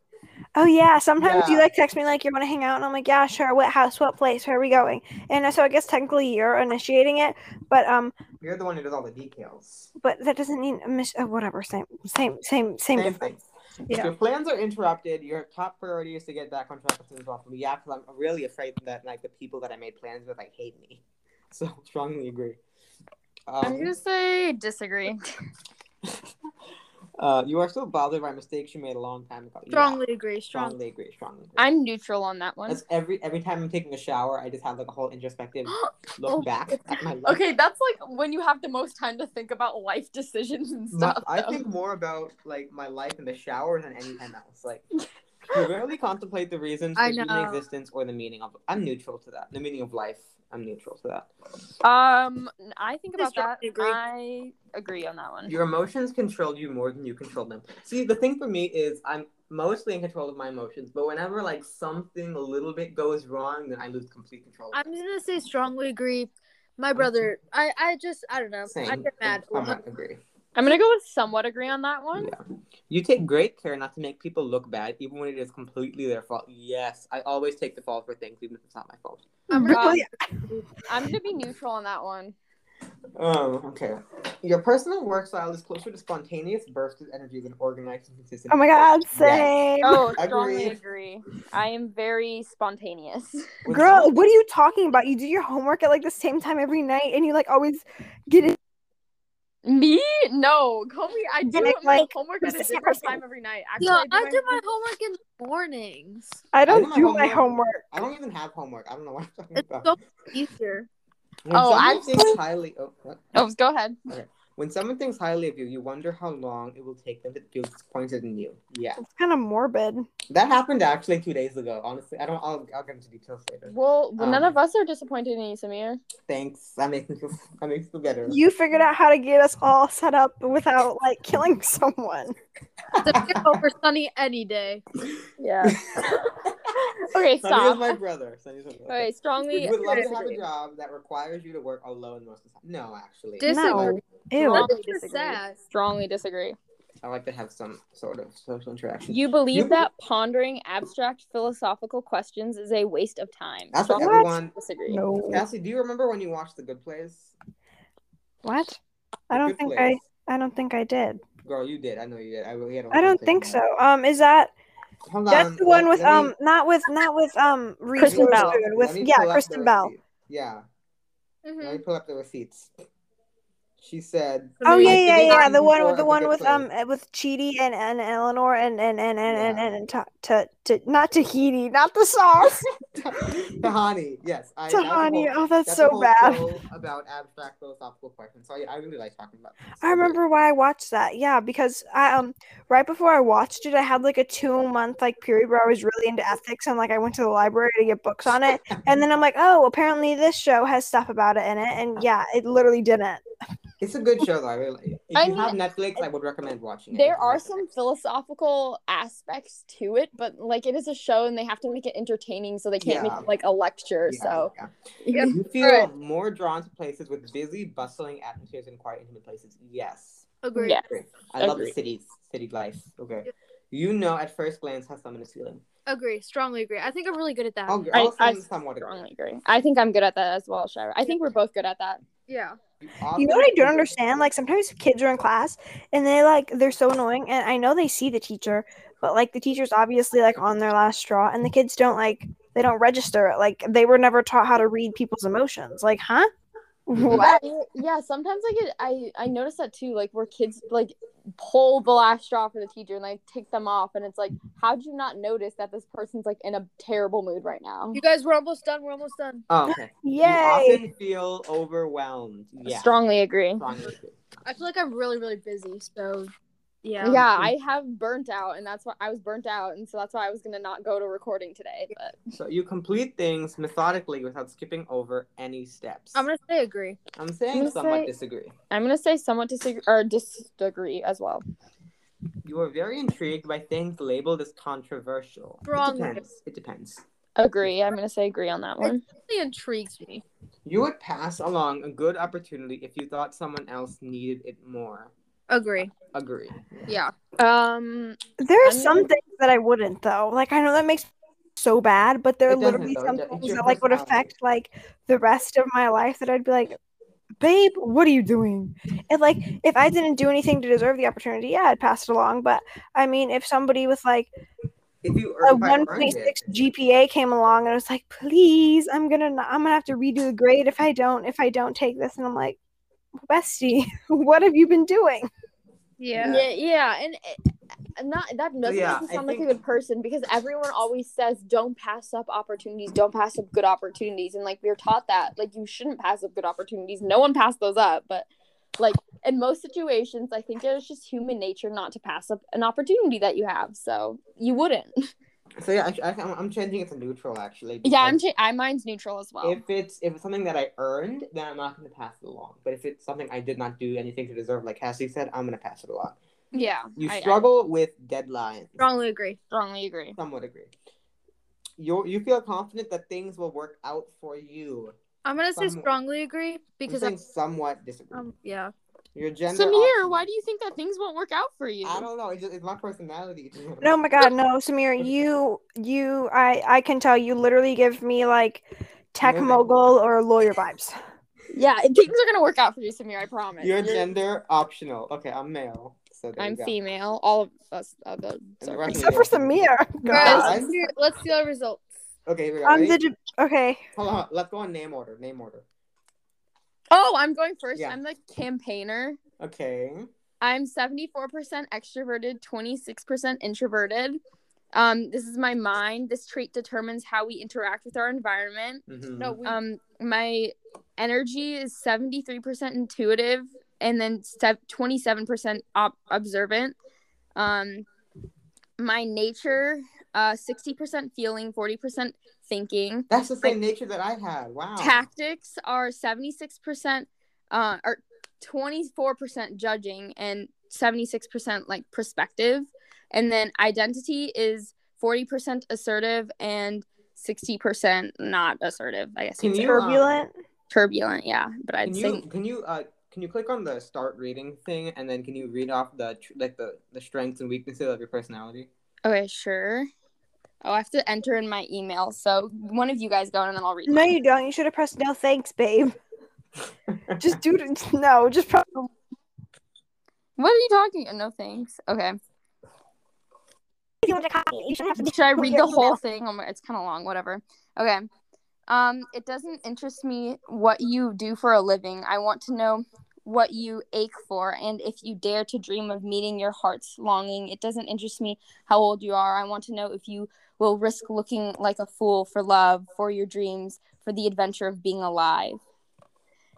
[SPEAKER 4] Oh yeah, sometimes you
[SPEAKER 3] Yeah.
[SPEAKER 4] like text me like you want to hang out, and I'm like, yeah, sure. What house? What place? Where are we going? And uh, so I guess technically you're initiating it, but um,
[SPEAKER 3] You're the one who does all the details.
[SPEAKER 4] but that doesn't mean mis- uh, whatever. Same, same, same, same
[SPEAKER 3] Same
[SPEAKER 4] difference.
[SPEAKER 3] thing. If your plans are interrupted, your top priority is to get back on track as soon as possible. Yeah, because I'm really afraid that like the people that I made plans with like hate me. So strongly agree. Um,
[SPEAKER 6] I'm gonna say disagree.
[SPEAKER 3] Uh, you are still bothered by mistakes you made a long time ago. You are.
[SPEAKER 1] Strongly agree. Strong.
[SPEAKER 3] strongly agree. Strongly agree.
[SPEAKER 6] I'm neutral on that one.
[SPEAKER 3] That's every every time I'm taking a shower, I just have like a whole introspective look
[SPEAKER 6] Oh.
[SPEAKER 3] back at my life.
[SPEAKER 6] Okay, that's like when you have the most time to think about life decisions and
[SPEAKER 3] My-
[SPEAKER 6] stuff.
[SPEAKER 3] I
[SPEAKER 6] though.
[SPEAKER 3] think more about like my life in the shower than anything else. Like, you rarely contemplate the reasons for
[SPEAKER 1] I
[SPEAKER 3] human
[SPEAKER 1] know.
[SPEAKER 3] existence or the meaning of. I'm neutral to that. The meaning of life. I'm neutral to that.
[SPEAKER 6] Um, I think
[SPEAKER 1] I
[SPEAKER 6] about that.
[SPEAKER 1] strongly agree.
[SPEAKER 6] I agree on that one.
[SPEAKER 3] Your emotions control you more than you control them. See, the thing for me is I'm mostly in control of my emotions, but whenever like something a little bit goes wrong, then I lose complete control.
[SPEAKER 1] I'm just gonna say strongly agree. My brother, I, I just, I don't know. I
[SPEAKER 3] Same.
[SPEAKER 1] get mad.
[SPEAKER 3] I'm not agree.
[SPEAKER 6] I'm gonna go with somewhat agree on that one.
[SPEAKER 3] Yeah. You take great care not to make people look bad, even when it is completely their fault. Yes, I always take the fall for things, even if it's not my fault.
[SPEAKER 1] I'm
[SPEAKER 6] Wow.
[SPEAKER 1] really-
[SPEAKER 6] I'm gonna be neutral on that one.
[SPEAKER 3] Um, okay. Your personal work style is closer to spontaneous bursts of energy than organized and consistent.
[SPEAKER 4] Oh my god,
[SPEAKER 3] Yes.
[SPEAKER 4] same.
[SPEAKER 6] Oh,
[SPEAKER 3] Agree.
[SPEAKER 6] strongly agree. I am very spontaneous.
[SPEAKER 3] With-
[SPEAKER 4] Girl, what are you talking about? You do your homework at like the same time every night and you like always get it.
[SPEAKER 6] Me? No, Kobe. I do
[SPEAKER 4] Like-
[SPEAKER 6] my
[SPEAKER 4] like,
[SPEAKER 6] homework at a
[SPEAKER 4] consistent
[SPEAKER 6] different
[SPEAKER 4] person.
[SPEAKER 6] time every night. Actually,
[SPEAKER 1] No,
[SPEAKER 6] I, do my-
[SPEAKER 1] homework in the mornings.
[SPEAKER 4] I don't
[SPEAKER 3] my
[SPEAKER 4] do my
[SPEAKER 3] homework.
[SPEAKER 4] homework.
[SPEAKER 3] I don't even have homework. I don't know what I'm talking
[SPEAKER 1] It's
[SPEAKER 3] about.
[SPEAKER 1] so easier.
[SPEAKER 3] when
[SPEAKER 6] Oh,
[SPEAKER 3] someone
[SPEAKER 6] I'm-
[SPEAKER 3] thinks highly. Oh, what?
[SPEAKER 6] Oh, go ahead.
[SPEAKER 3] When someone thinks highly of you, you wonder how long it will take them to feel disappointed in you. Yeah,
[SPEAKER 4] It's kind of morbid.
[SPEAKER 3] that happened actually two days ago. Honestly, I don't. I'll, I'll get into details later.
[SPEAKER 6] Well,
[SPEAKER 3] Um,
[SPEAKER 6] none of us are disappointed in you, Samir.
[SPEAKER 3] Thanks. That makes me feel. That makes me feel better.
[SPEAKER 4] You figured out how to get us all set up without like killing someone.
[SPEAKER 1] It's over sunny any day.
[SPEAKER 6] Yeah.
[SPEAKER 3] Sonny
[SPEAKER 6] okay, stop.
[SPEAKER 3] is my brother. Sonny is my brother.
[SPEAKER 6] Okay, strongly.
[SPEAKER 3] You would love to have a
[SPEAKER 6] disagree.
[SPEAKER 3] job that requires you to work alone most of the time. No, actually.
[SPEAKER 1] Disagree.
[SPEAKER 4] Ew.
[SPEAKER 6] Strongly
[SPEAKER 1] That's just
[SPEAKER 6] disagree.
[SPEAKER 1] sad.
[SPEAKER 6] Strongly disagree.
[SPEAKER 3] I like to have some sort of social interaction.
[SPEAKER 6] You believe
[SPEAKER 3] You-
[SPEAKER 6] that pondering abstract philosophical questions is a waste of time.
[SPEAKER 3] That's what
[SPEAKER 6] Strongly
[SPEAKER 3] everyone-
[SPEAKER 6] disagree.
[SPEAKER 4] No.
[SPEAKER 3] Cassie, do you remember when you watched The Good Place?
[SPEAKER 4] What?
[SPEAKER 3] The
[SPEAKER 4] I don't
[SPEAKER 3] Good
[SPEAKER 4] think I
[SPEAKER 3] Place.
[SPEAKER 4] I don't think I did.
[SPEAKER 3] Girl, you did. I know you did. I really had. a
[SPEAKER 4] I don't
[SPEAKER 3] conversation
[SPEAKER 4] think
[SPEAKER 3] about
[SPEAKER 4] so. Um is that
[SPEAKER 3] it. Hold
[SPEAKER 4] that's
[SPEAKER 3] on,
[SPEAKER 4] the one
[SPEAKER 3] let-
[SPEAKER 4] with
[SPEAKER 3] let me-
[SPEAKER 4] um not with not with um Reese
[SPEAKER 6] Kristen Bell.
[SPEAKER 3] Let
[SPEAKER 4] Witherspoon, with
[SPEAKER 3] me
[SPEAKER 4] yeah,
[SPEAKER 3] pull up
[SPEAKER 4] Kristen
[SPEAKER 3] the
[SPEAKER 4] Bell.
[SPEAKER 3] receipt. Yeah, let
[SPEAKER 1] Mhm.
[SPEAKER 3] me
[SPEAKER 6] Mm-hmm.
[SPEAKER 3] pull up the receipts. She said.
[SPEAKER 4] Oh
[SPEAKER 1] Amazing.
[SPEAKER 4] yeah, yeah,
[SPEAKER 3] Activities
[SPEAKER 4] yeah. The
[SPEAKER 3] and
[SPEAKER 4] one
[SPEAKER 3] people
[SPEAKER 4] with the
[SPEAKER 3] at
[SPEAKER 4] one
[SPEAKER 3] good
[SPEAKER 4] with
[SPEAKER 3] place.
[SPEAKER 4] um uh, with Chidi and, and Eleanor and and and and and
[SPEAKER 3] Yeah.
[SPEAKER 4] and, and Ta- Ta- Ta- not Tahiti, not the sauce.
[SPEAKER 3] Tahani, yes. I, that's a
[SPEAKER 4] Tahani.
[SPEAKER 3] whole-
[SPEAKER 4] Oh, that's
[SPEAKER 3] that's
[SPEAKER 4] so
[SPEAKER 3] a whole
[SPEAKER 4] bad.
[SPEAKER 3] show about abstract philosophical questions. So yeah, I really like talking about. This.
[SPEAKER 4] I remember why I watched that. Yeah, because I um right before I watched it, I had like a two month like period where I was really into ethics and like I went to the library to get books on it. And then I'm like, oh, apparently this show has stuff about it in it.
[SPEAKER 3] Uh-huh.
[SPEAKER 4] And yeah, it literally didn't.
[SPEAKER 3] It's a good show though. I really. If
[SPEAKER 6] I
[SPEAKER 3] you
[SPEAKER 6] mean,
[SPEAKER 3] have Netflix, I would recommend watching it.
[SPEAKER 6] There
[SPEAKER 3] It's
[SPEAKER 6] are
[SPEAKER 3] worth it.
[SPEAKER 6] some philosophical aspects to it, but like it is a show and they have to make it entertaining, so they can't
[SPEAKER 3] Yeah.
[SPEAKER 6] make it like a lecture.
[SPEAKER 3] Yeah,
[SPEAKER 6] So
[SPEAKER 3] yeah.
[SPEAKER 1] Yeah.
[SPEAKER 3] you feel
[SPEAKER 1] Alright.
[SPEAKER 3] more drawn to places with busy, bustling atmospheres and quiet, intimate places. Yes,
[SPEAKER 1] Agree.
[SPEAKER 6] yeah.
[SPEAKER 3] I love the
[SPEAKER 6] Agree.
[SPEAKER 3] cities, city life. Okay, you know at first glance how someone is feeling.
[SPEAKER 1] Agree. Strongly agree. I think I'm really good at that.
[SPEAKER 3] I'll,
[SPEAKER 6] I-
[SPEAKER 3] I'll
[SPEAKER 6] I
[SPEAKER 3] send somewhat agree.
[SPEAKER 6] Strongly agree. I think I'm good at that as well, Shira. I think we're both good at that.
[SPEAKER 1] Yeah.
[SPEAKER 4] You know what I don't understand? Like sometimes kids are in class and they like they're so annoying and I know they see the teacher, but like the teacher's obviously like on their last straw and the kids don't like they don't register it. Like they were never taught how to read people's emotions. Like, huh?
[SPEAKER 3] Mm-hmm.
[SPEAKER 4] What?
[SPEAKER 6] Yeah, yeah, sometimes like it, I I notice that too, like where kids like pull the last straw for the teacher and like take them off, and it's like, how would you not notice that this person's like in a terrible mood right now?
[SPEAKER 1] You guys, we're almost done. We're almost done.
[SPEAKER 3] Oh, okay. You
[SPEAKER 4] Yay.
[SPEAKER 3] often feel overwhelmed. Yeah.
[SPEAKER 6] Strongly agree.
[SPEAKER 3] Strongly agree.
[SPEAKER 1] I feel like I'm really, really busy. So, yeah.
[SPEAKER 6] Yeah, I have burnt out, and that's why I was burnt out, and so that's why I was gonna not go to recording today. But
[SPEAKER 3] So you complete things methodically without skipping over any steps.
[SPEAKER 1] I'm gonna say agree.
[SPEAKER 3] I'm
[SPEAKER 6] I'm
[SPEAKER 3] saying
[SPEAKER 6] gonna
[SPEAKER 3] somewhat
[SPEAKER 6] say-
[SPEAKER 3] disagree.
[SPEAKER 6] I'm gonna say somewhat disagree or disagree as well.
[SPEAKER 3] You are very intrigued by things labeled as controversial. It
[SPEAKER 1] Strongly.
[SPEAKER 3] depends. It depends.
[SPEAKER 6] Agree. I'm gonna say agree on that one.
[SPEAKER 1] It really intrigues me.
[SPEAKER 3] You would pass along a good opportunity if you thought someone else needed it more.
[SPEAKER 1] Agree.
[SPEAKER 3] Agree.
[SPEAKER 1] Yeah.
[SPEAKER 6] Um,
[SPEAKER 4] There are
[SPEAKER 6] I'm-
[SPEAKER 4] some things that I wouldn't though. Like I know that makes me so bad, but there are
[SPEAKER 3] It doesn't,
[SPEAKER 4] literally
[SPEAKER 3] though.
[SPEAKER 4] some
[SPEAKER 3] It- it's
[SPEAKER 4] things
[SPEAKER 3] your
[SPEAKER 4] that like would
[SPEAKER 3] personality.
[SPEAKER 4] affect like the rest of my life that I'd be like, babe, what are you doing? And like if I didn't do anything to deserve the opportunity, yeah, I'd pass it along. But I mean, if somebody with like
[SPEAKER 3] If you
[SPEAKER 4] a
[SPEAKER 3] earn if I
[SPEAKER 4] one
[SPEAKER 3] earned
[SPEAKER 4] point
[SPEAKER 3] it,
[SPEAKER 4] six GPA came along and was like, please, I'm gonna not, I'm gonna have to redo the grade if I don't if I don't take this, and I'm like, bestie, what have you been doing?
[SPEAKER 5] Yeah.
[SPEAKER 6] Yeah, yeah, and it- and not that doesn't
[SPEAKER 3] Yeah,
[SPEAKER 6] make you
[SPEAKER 3] I
[SPEAKER 6] sound like
[SPEAKER 3] think-
[SPEAKER 6] a good person because everyone always says don't pass up opportunities, don't pass up good opportunities, and like we are taught that like you shouldn't pass up good opportunities. No one passed those up, but like in most situations, I think it's just human nature not to pass up an opportunity that you have, so you wouldn't.
[SPEAKER 3] So yeah, I, I, I'm changing it to neutral actually.
[SPEAKER 6] Yeah, I'm.
[SPEAKER 3] because
[SPEAKER 6] Cha- I mine's neutral as well.
[SPEAKER 3] If it's if it's something that I earned, then I'm not going to pass it along. But if it's something I did not do anything to deserve, like Cassie said, I'm going to pass it along.
[SPEAKER 6] yeah,
[SPEAKER 3] You
[SPEAKER 6] I, I
[SPEAKER 3] struggle with deadlines.
[SPEAKER 1] Strongly agree.
[SPEAKER 6] strongly agree.
[SPEAKER 3] Somewhat agree. You you feel confident that things will work out for you.
[SPEAKER 1] I'm gonna say
[SPEAKER 3] Somewhat.
[SPEAKER 1] strongly agree because
[SPEAKER 3] Because I'm
[SPEAKER 1] I'm,
[SPEAKER 3] saying somewhat disagree.
[SPEAKER 1] um yeah.
[SPEAKER 3] Your gender.
[SPEAKER 6] Samir,
[SPEAKER 3] option-
[SPEAKER 6] why do you think that things won't work out for you?
[SPEAKER 3] I don't know. It's, just, it's my personality.
[SPEAKER 4] No, my God, no, Samir, you, you, I, I can tell you literally give me like tech
[SPEAKER 3] Amazing.
[SPEAKER 4] mogul or lawyer vibes.
[SPEAKER 6] Yeah, things are gonna work out for you, Samir. I promise.
[SPEAKER 3] Your
[SPEAKER 6] You're-
[SPEAKER 3] gender optional. Okay, I'm male. So there
[SPEAKER 6] I'm
[SPEAKER 3] you go.
[SPEAKER 6] female. All of us. Uh, the,
[SPEAKER 3] the rest
[SPEAKER 4] Except for
[SPEAKER 3] Yeah.
[SPEAKER 4] Samir.
[SPEAKER 1] Guys,
[SPEAKER 4] God.
[SPEAKER 1] let's, hear- let's see the results.
[SPEAKER 3] Okay, here we go.
[SPEAKER 4] I'm
[SPEAKER 3] Ready?
[SPEAKER 4] the, Jap- okay.
[SPEAKER 3] Hold on. Let's go on name order. Name order.
[SPEAKER 6] oh, I'm going first.
[SPEAKER 3] Yeah.
[SPEAKER 6] I'm the campaigner.
[SPEAKER 3] Okay.
[SPEAKER 6] I'm 74% extroverted, 26% introverted. Um, this is my mind. This trait determines how we interact with our environment.
[SPEAKER 3] Mhm.
[SPEAKER 1] No, we,
[SPEAKER 6] Um, my energy is 73% intuitive and then sev- 27% ob- observant. Um, my nature, uh, 60% feeling, 40% thinking.
[SPEAKER 3] That's the same nature that I had. Wow.
[SPEAKER 6] tactics are 76% uh or 24% judging and 76% like perspective and then identity is 40% assertive and 60% not assertive i guess
[SPEAKER 3] Can
[SPEAKER 6] you'd say.
[SPEAKER 3] you, um,
[SPEAKER 4] Turbulent.
[SPEAKER 6] turbulent yeah but i'd
[SPEAKER 3] Can
[SPEAKER 6] say
[SPEAKER 3] you can you uh can you click on the start reading thing and then can you read off the tr- like the the strengths and weaknesses of your personality?
[SPEAKER 6] okay sure oh i have to enter in my email so one of you guys go and then i'll read
[SPEAKER 4] No,
[SPEAKER 6] mine.
[SPEAKER 4] you don't. You should have pressed no thanks, babe. Just do it. No, just press.
[SPEAKER 6] what are you talking no thanks okay
[SPEAKER 2] If you want to copy, it, you shouldn't have to.
[SPEAKER 6] Should I
[SPEAKER 2] do
[SPEAKER 6] read
[SPEAKER 2] your
[SPEAKER 6] the whole
[SPEAKER 2] email.
[SPEAKER 6] thing? Oh my, it's kind of long. Whatever. Okay. Um, it doesn't interest me what you do for a living. I want to know what you ache for and if you dare to dream of meeting your heart's longing. It doesn't interest me how old you are. I want to know if you will risk looking like a fool for love, for your dreams, for the adventure of being alive.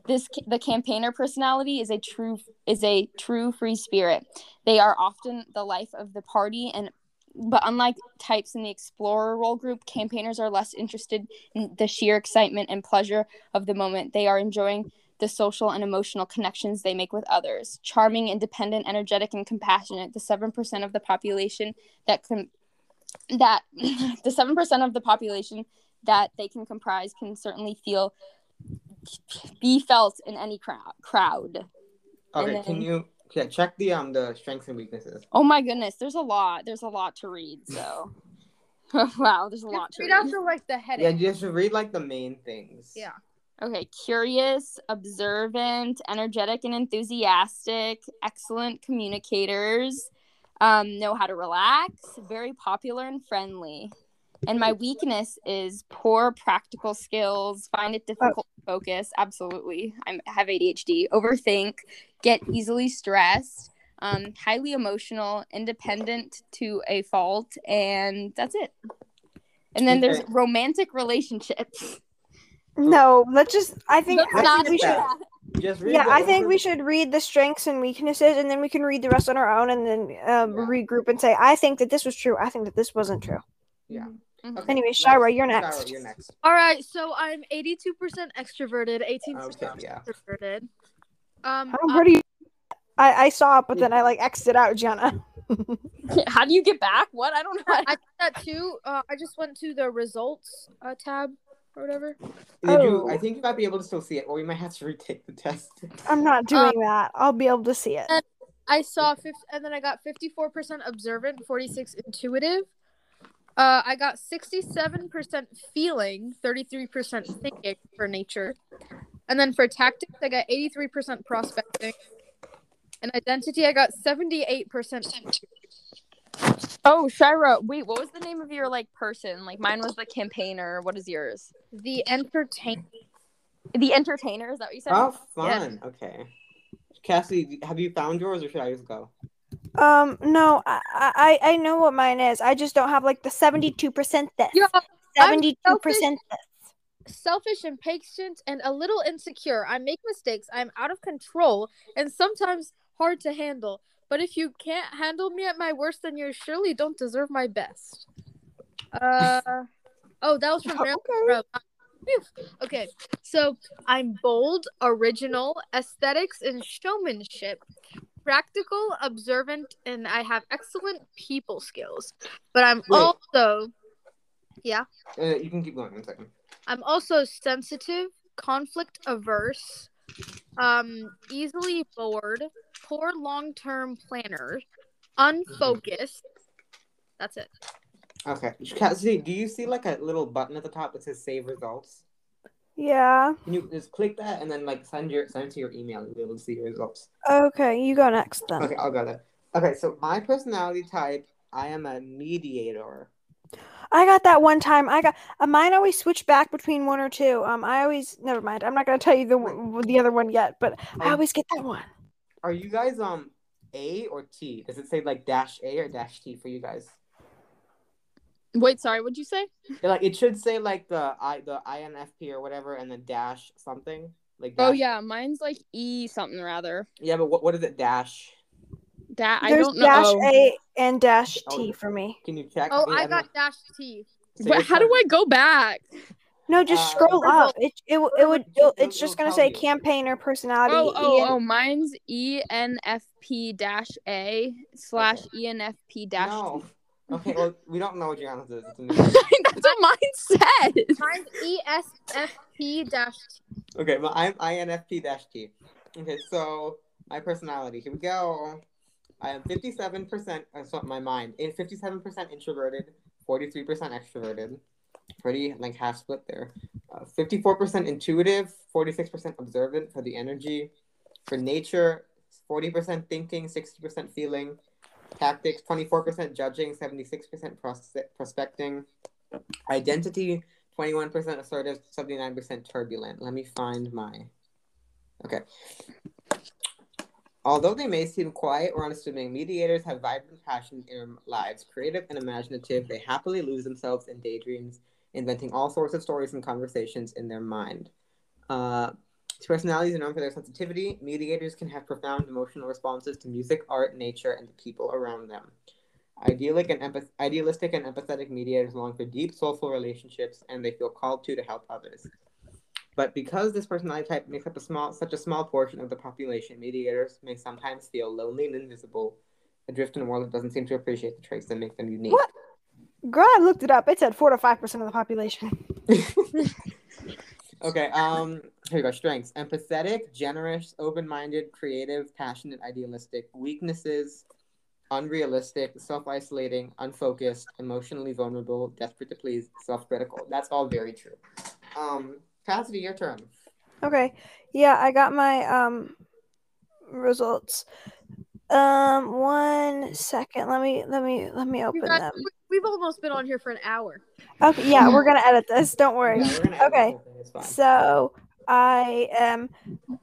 [SPEAKER 6] This ca- the campaigner personality is a true is a true free spirit. They are often the life of the party and but unlike types in the explorer role group, campaigners are less interested in the sheer excitement and pleasure of the moment. They are enjoying the social and emotional connections they make with others. Charming, independent, energetic, and compassionate, the 7% of the population that com- that the 7% of the population that they can comprise can certainly feel be felt in any crowd crowd. And
[SPEAKER 3] Okay,
[SPEAKER 6] then-
[SPEAKER 3] can you yeah, check the um the strengths and weaknesses.
[SPEAKER 6] Oh my goodness, there's a lot. There's a lot to read, so wow, there's a lot
[SPEAKER 1] just
[SPEAKER 6] to
[SPEAKER 1] read
[SPEAKER 6] read.
[SPEAKER 1] out the like the heading.
[SPEAKER 3] Yeah, just read like the main things.
[SPEAKER 1] Yeah.
[SPEAKER 6] Okay, curious, observant, energetic, and enthusiastic, excellent communicators, um, know how to relax, very popular and friendly. And my weakness is poor practical skills, find
[SPEAKER 4] Oh.
[SPEAKER 6] it difficult to focus. Absolutely. I'm, I have ADHD, overthink, get easily stressed, um, highly emotional, independent to a fault, and that's it. And then there's
[SPEAKER 3] Okay.
[SPEAKER 6] romantic relationships.
[SPEAKER 4] No, let's just. I think.
[SPEAKER 6] Let's
[SPEAKER 4] I
[SPEAKER 6] not
[SPEAKER 4] think we
[SPEAKER 3] do
[SPEAKER 4] should.
[SPEAKER 3] that. Just read
[SPEAKER 4] Yeah,
[SPEAKER 3] the
[SPEAKER 4] I think we
[SPEAKER 3] overview.
[SPEAKER 4] should read the strengths and weaknesses, and then we can read the rest on our own, and then um,
[SPEAKER 3] Yeah.
[SPEAKER 4] regroup and say, "I think that this was true. I think that this wasn't true."
[SPEAKER 3] Yeah.
[SPEAKER 6] Mhm.
[SPEAKER 3] Okay,
[SPEAKER 4] Anyway,
[SPEAKER 3] next.
[SPEAKER 4] Shira, you're
[SPEAKER 3] Shira,
[SPEAKER 4] next.
[SPEAKER 3] you're next.
[SPEAKER 1] All right, so I'm 82% extroverted, 18%
[SPEAKER 3] Okay, yeah.
[SPEAKER 1] introverted. Um,
[SPEAKER 4] I'm
[SPEAKER 6] Uh,
[SPEAKER 1] I'm-
[SPEAKER 4] pretty. I, I saw it, but then I like exited out, Jenna.
[SPEAKER 6] How do you get back? What? I don't know.
[SPEAKER 1] I did that too. Uh, I just went to the results uh, tab or whatever.
[SPEAKER 3] Did you,
[SPEAKER 4] Oh.
[SPEAKER 3] I think you might be able to still see it, or you might have to retake the test.
[SPEAKER 4] I'm not
[SPEAKER 6] Uh,
[SPEAKER 4] doing that. I'll be able to see it.
[SPEAKER 1] I saw 50, and then I got 54% observant, 46 intuitive. Uh, I got 67% feeling, 33% thinking for nature. And then for tactics, I got 83% prospecting. And identity, I got 78%.
[SPEAKER 6] oh, Shira, wait, what was the name of your like person? Like mine was the campaigner. What is yours?
[SPEAKER 1] The entertain.
[SPEAKER 6] The entertainer. Is that what you said?
[SPEAKER 3] Oh, fun. Okay. Cassie, have you found yours, or should I just go?
[SPEAKER 4] Um, no, I, I, I know what mine is. I just don't have like the 72% this,
[SPEAKER 1] Yo,
[SPEAKER 4] 72% this.
[SPEAKER 1] selfish, impatient, and a little insecure. I make mistakes. I'm out of control and sometimes hard to handle. But if you can't handle me at my worst, then you surely don't deserve my best. Uh, oh, that was from Marilyn
[SPEAKER 4] Okay.
[SPEAKER 1] Monroe. Phew. Okay, so I'm bold, original, aesthetics, and showmanship. Practical, observant, and I have excellent people skills. But I'm
[SPEAKER 3] Wait. Uh,
[SPEAKER 1] also
[SPEAKER 3] you can keep going one second.
[SPEAKER 1] I'm also sensitive, conflict averse, um, easily bored, poor long term planner, unfocused. That's it.
[SPEAKER 3] Okay. Cassidy, do you see like a little button at the top that says save results?
[SPEAKER 4] Yeah.
[SPEAKER 3] Can you just click that and then like send your send to your email and you'll be able to see your results.
[SPEAKER 4] Okay, you go next then.
[SPEAKER 3] Okay, I'll go there. Okay, so my personality type, I am a mediator.
[SPEAKER 4] I got that one time. I got uh, mine always switched back between one or two. Um, I always never mind. I'm not gonna tell you the w- the other one yet, but I
[SPEAKER 3] Um,
[SPEAKER 4] always get that one.
[SPEAKER 3] Are you guys um A or T? Does it say like dash A or dash T for you guys?
[SPEAKER 6] Wait, sorry, what'd you say?
[SPEAKER 3] Yeah, like it should say like the I the INFP or whatever and then dash something. Like
[SPEAKER 6] Oh
[SPEAKER 3] dash-
[SPEAKER 6] yeah, mine's like E something rather.
[SPEAKER 3] Yeah, but what, what is it dash?
[SPEAKER 6] That I
[SPEAKER 4] There's
[SPEAKER 6] don't know.
[SPEAKER 4] dash
[SPEAKER 6] Oh.
[SPEAKER 4] A and dash
[SPEAKER 3] Oh.
[SPEAKER 4] T for me.
[SPEAKER 3] Can you check?
[SPEAKER 1] Oh,
[SPEAKER 3] Yeah,
[SPEAKER 1] I
[SPEAKER 3] don't
[SPEAKER 1] got dash T.
[SPEAKER 3] know. So
[SPEAKER 6] Wait,
[SPEAKER 3] which
[SPEAKER 6] how do
[SPEAKER 3] one?
[SPEAKER 6] I go back?
[SPEAKER 4] No, just
[SPEAKER 3] Uh,
[SPEAKER 4] scroll
[SPEAKER 1] Verbal.
[SPEAKER 4] up. It it, w- it
[SPEAKER 3] Verbal,
[SPEAKER 4] would
[SPEAKER 3] it'll-
[SPEAKER 4] it'll- it's
[SPEAKER 3] it'll
[SPEAKER 4] just gonna
[SPEAKER 3] tell
[SPEAKER 4] say
[SPEAKER 3] you.
[SPEAKER 4] campaign or personality.
[SPEAKER 6] Oh, oh,
[SPEAKER 4] Ian.
[SPEAKER 6] oh, mine's ENFP dash A slash E ENFP dash
[SPEAKER 3] No.
[SPEAKER 6] T.
[SPEAKER 3] Okay, well we don't know what Gianna's is. It's a new one.
[SPEAKER 6] That's what mine says.
[SPEAKER 1] Mine's ESFP dash T.
[SPEAKER 3] okay, well I'm INFP dash T. Okay, so my personality. Here we go. I am 57%, that's not my mind, in 57% introverted, 43% extroverted. Pretty like half split there. Uh, 54% intuitive, 46% observant for the energy. For nature, 40% thinking, 60% feeling. Tactics, 24% judging, 76% pros- prospecting. Identity, 21% assertive, 79% turbulent. Let me find my. Okay. Although they may seem quiet or unassuming, mediators have vibrant passions in their lives, creative and imaginative. They happily lose themselves in daydreams, inventing all sorts of stories and conversations in their mind. Uh, these personalities are known for their sensitivity. Mediators can have profound emotional responses to music, art, nature, and the people around them. Idyllic and empath- idealistic and empathetic mediators long for deep, soulful relationships, and they feel called to to help others. But because this personality type makes up a small, such a small portion of the population, mediators may sometimes feel lonely and invisible, adrift in a world that doesn't seem to appreciate the traits that make them unique.
[SPEAKER 4] What? Girl, I looked it up. It said four to five percent of the population.
[SPEAKER 3] Okay. Um. Here we go. Strengths: empathetic, generous, open-minded, creative, passionate, idealistic. Weaknesses: unrealistic, self-isolating, unfocused, emotionally vulnerable, desperate to please, self-critical. That's all very true. Um. Cassidy, your turn.
[SPEAKER 4] Okay, yeah, I got my um results. Um, one second. Let me let me let me open
[SPEAKER 1] You guys,
[SPEAKER 4] them.
[SPEAKER 1] we- we've almost been on here for an hour.
[SPEAKER 4] Okay, yeah, we're gonna edit this. Don't worry.
[SPEAKER 3] Yeah, we're gonna edit
[SPEAKER 4] Okay.
[SPEAKER 3] this whole thing, It's fine.
[SPEAKER 4] So I am,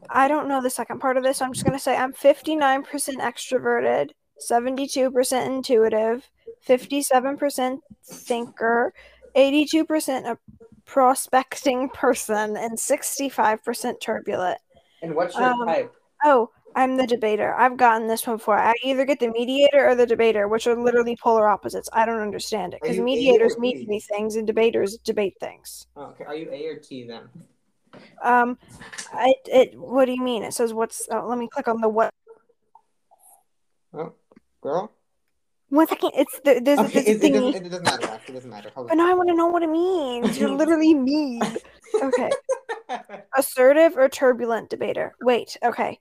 [SPEAKER 4] I don't know the second part of this. so I'm just going to say I'm 59% extroverted, 72% intuitive, 57% thinker, 82% a prospecting person, and 65% turbulent.
[SPEAKER 3] And what's your
[SPEAKER 4] um,
[SPEAKER 3] type?
[SPEAKER 4] Oh, I'm the debater. I've gotten this one before. I either get the mediator or the debater, which are literally polar opposites. I don't understand it
[SPEAKER 3] Are
[SPEAKER 4] because
[SPEAKER 3] you A or
[SPEAKER 4] mediators meet
[SPEAKER 3] B?
[SPEAKER 4] me things and debaters debate things.
[SPEAKER 3] Oh, okay. Are you A or T then?
[SPEAKER 4] Um, it, it, what do you mean? It says what's, oh, let me click on the what.
[SPEAKER 3] Oh, girl.
[SPEAKER 4] One second, it's, the, there's,
[SPEAKER 3] Okay.
[SPEAKER 4] there's a
[SPEAKER 3] It, it,
[SPEAKER 4] thingy.
[SPEAKER 3] doesn't, it doesn't matter. actually, It doesn't matter. Hold
[SPEAKER 4] But
[SPEAKER 3] on.
[SPEAKER 4] now I want to know what it means. You're literally mean. Okay. Assertive or turbulent debater? Wait, okay.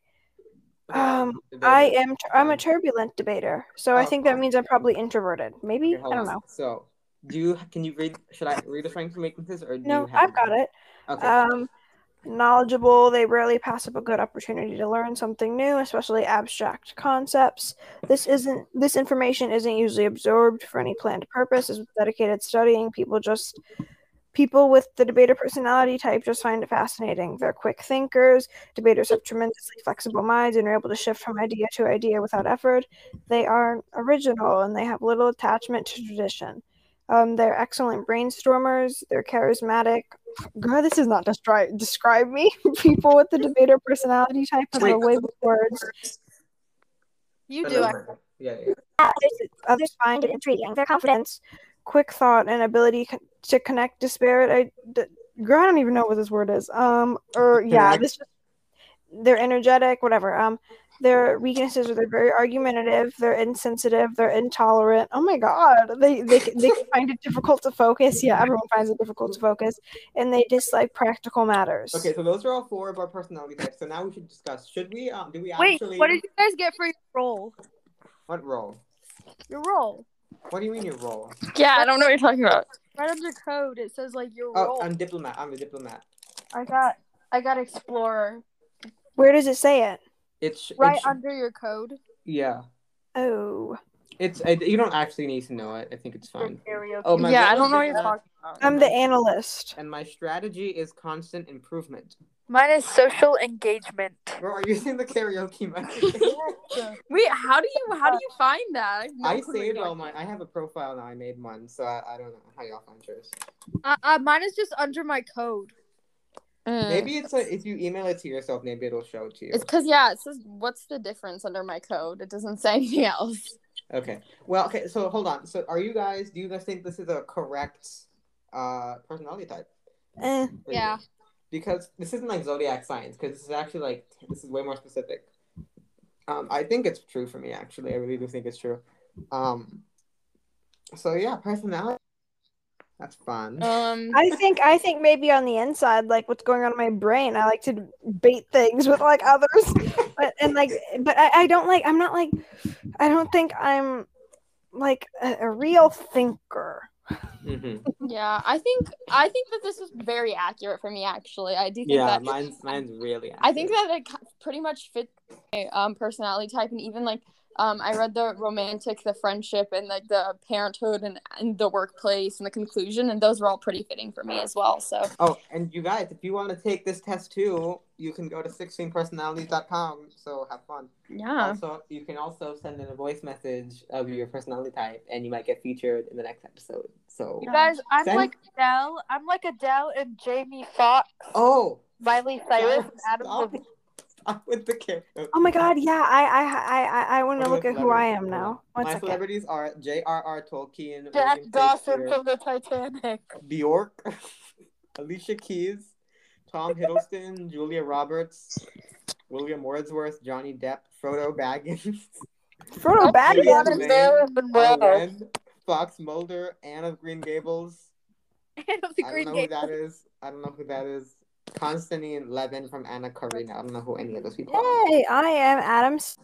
[SPEAKER 4] Um, I am, tur- I'm a turbulent debater. So I
[SPEAKER 3] Um, Oh,
[SPEAKER 4] think that
[SPEAKER 3] fine.
[SPEAKER 4] means I'm probably introverted. Maybe?
[SPEAKER 3] Okay,
[SPEAKER 4] I
[SPEAKER 3] hold
[SPEAKER 4] don't
[SPEAKER 3] on.
[SPEAKER 4] know.
[SPEAKER 3] So, do you can you read? Should I read the strengths and weaknesses, or do you
[SPEAKER 4] No,
[SPEAKER 3] have
[SPEAKER 4] I've got it.
[SPEAKER 3] Okay.
[SPEAKER 4] Um, knowledgeable, they rarely pass up a good opportunity to learn something new, especially abstract concepts. This isn't this information isn't usually absorbed for any planned purpose. It's dedicated studying. People just people with the debater personality type just find it fascinating. They're quick thinkers. Debaters have tremendously flexible minds and are able to shift from idea to idea without effort. They are original and they have little attachment to tradition. Um, they're excellent brainstormers. They're charismatic. God, this is not describe describe me. People with the debater personality type have a way with words.
[SPEAKER 1] You
[SPEAKER 3] I
[SPEAKER 1] do.
[SPEAKER 3] love her. Yeah, yeah.
[SPEAKER 4] Others, others find it intriguing. Their confidence, quick thought, and ability co- to connect disparate. I, d- girl, I don't even know what this word is. Um, or yeah,
[SPEAKER 3] Connect.
[SPEAKER 4] this. They're energetic, whatever. Um, their weaknesses are they're very argumentative. They're insensitive. They're intolerant. Oh my god, they they c- they can find it difficult to focus. Yeah, everyone finds it difficult to focus, and they dislike practical matters.
[SPEAKER 3] Okay, so those are all four of our personality types. So now we should discuss: should we? Um, do we
[SPEAKER 1] Wait,
[SPEAKER 3] actually?
[SPEAKER 1] what did you guys get for your role?
[SPEAKER 3] What role?
[SPEAKER 1] Your role.
[SPEAKER 3] What do you mean your role?
[SPEAKER 6] Yeah, I don't know what you're talking about.
[SPEAKER 1] Right under code, it says like your
[SPEAKER 3] Oh,
[SPEAKER 1] role.
[SPEAKER 3] I'm diplomat. I'm a diplomat.
[SPEAKER 1] I got, I got explorer
[SPEAKER 4] Where does it say it?
[SPEAKER 3] It's
[SPEAKER 1] right
[SPEAKER 3] It's,
[SPEAKER 1] under your code.
[SPEAKER 3] yeah,
[SPEAKER 4] Oh,
[SPEAKER 3] it's. I, you don't actually need to know it. I think it's fine.
[SPEAKER 1] Area
[SPEAKER 3] Oh my
[SPEAKER 6] yeah,
[SPEAKER 3] role
[SPEAKER 6] I
[SPEAKER 3] is
[SPEAKER 6] don't know what you're
[SPEAKER 3] diplomat,
[SPEAKER 6] talking about.
[SPEAKER 4] I'm the analyst.
[SPEAKER 3] And my strategy is constant improvement.
[SPEAKER 1] Mine is social engagement.
[SPEAKER 3] Bro, are you using the karaoke method?
[SPEAKER 6] Wait, how do you how do you find that? have no
[SPEAKER 3] I
[SPEAKER 6] clue.
[SPEAKER 3] saved all my. I have a profile now. I made one, so I, I don't know how y'all find yours.
[SPEAKER 1] Uh, uh, mine is just under my code.
[SPEAKER 6] Mm.
[SPEAKER 3] Maybe it's a, if you email it to yourself, maybe it'll show it to you.
[SPEAKER 6] It's because yeah, it says what's the difference under my code? It doesn't say anything else.
[SPEAKER 3] Okay. Well, okay. So hold on. So are you guys? Do you guys think this is a correct uh personality type?
[SPEAKER 4] Eh.
[SPEAKER 3] for you?
[SPEAKER 1] Yeah.
[SPEAKER 3] Because this isn't like zodiac signs. Because this is actually like this is way more specific. Um, I think it's true for me. Actually, I really do think it's true. Um. So yeah, personality. That's fun.
[SPEAKER 1] Uh,
[SPEAKER 6] Um,
[SPEAKER 4] I think I think maybe on the inside, like what's going on in my brain, I like to debate things with like others, but and like, but I, I don't like. I'm not like. I don't think I'm like a, a real thinker.
[SPEAKER 3] hmm
[SPEAKER 6] yeah, I think I think that this was very accurate for me. Actually, I do think
[SPEAKER 3] Yeah,
[SPEAKER 6] that
[SPEAKER 3] mine's mine's really.
[SPEAKER 6] I think that it ki- pretty much fits my um, personality type, and even like um, I read the romantic, the friendship, and like the parenthood, and, and the workplace, and the conclusion, and those were all pretty fitting for me as well. So
[SPEAKER 3] Oh, and you guys, if you want to take this test too, you can go to 16personalities.com. So have fun.
[SPEAKER 6] yeah,
[SPEAKER 3] Also, you can also send in a voice message of your personality type, and you might get featured in the next episode. So,
[SPEAKER 1] You guys, I'm
[SPEAKER 3] Same.
[SPEAKER 1] like Adele. I'm like Adele and Jamie Foxx,
[SPEAKER 3] oh,
[SPEAKER 1] Miley Cyrus, and Adam
[SPEAKER 3] stop,
[SPEAKER 1] Levine.
[SPEAKER 3] stop with the karaoke.
[SPEAKER 4] Oh my god, yeah. I I I I, I want to
[SPEAKER 3] What
[SPEAKER 4] look
[SPEAKER 3] are
[SPEAKER 4] at
[SPEAKER 3] the
[SPEAKER 4] who I
[SPEAKER 3] celebrities?
[SPEAKER 4] am now. One
[SPEAKER 3] My
[SPEAKER 4] second.
[SPEAKER 3] celebrities are J.R.R. Tolkien,
[SPEAKER 1] Jack
[SPEAKER 3] William
[SPEAKER 1] Dawson
[SPEAKER 3] Shakespeare,
[SPEAKER 1] from the Titanic.
[SPEAKER 3] Bjork, Alicia Keys, Tom Hiddleston, Julia Roberts, William Wordsworth, Johnny Depp, Frodo Baggins, Julia
[SPEAKER 4] Frodo Baggins.
[SPEAKER 3] Louis-
[SPEAKER 1] Monroe.
[SPEAKER 3] Owen, Fox Mulder, Anne of Green Gables.
[SPEAKER 1] And of the
[SPEAKER 3] I don't
[SPEAKER 1] Green
[SPEAKER 3] know who
[SPEAKER 1] Gate.
[SPEAKER 3] that is. I don't know who that is. Constantine Levin from Anna Karina. I don't know who any of those people are.
[SPEAKER 4] Hey, I am Adams.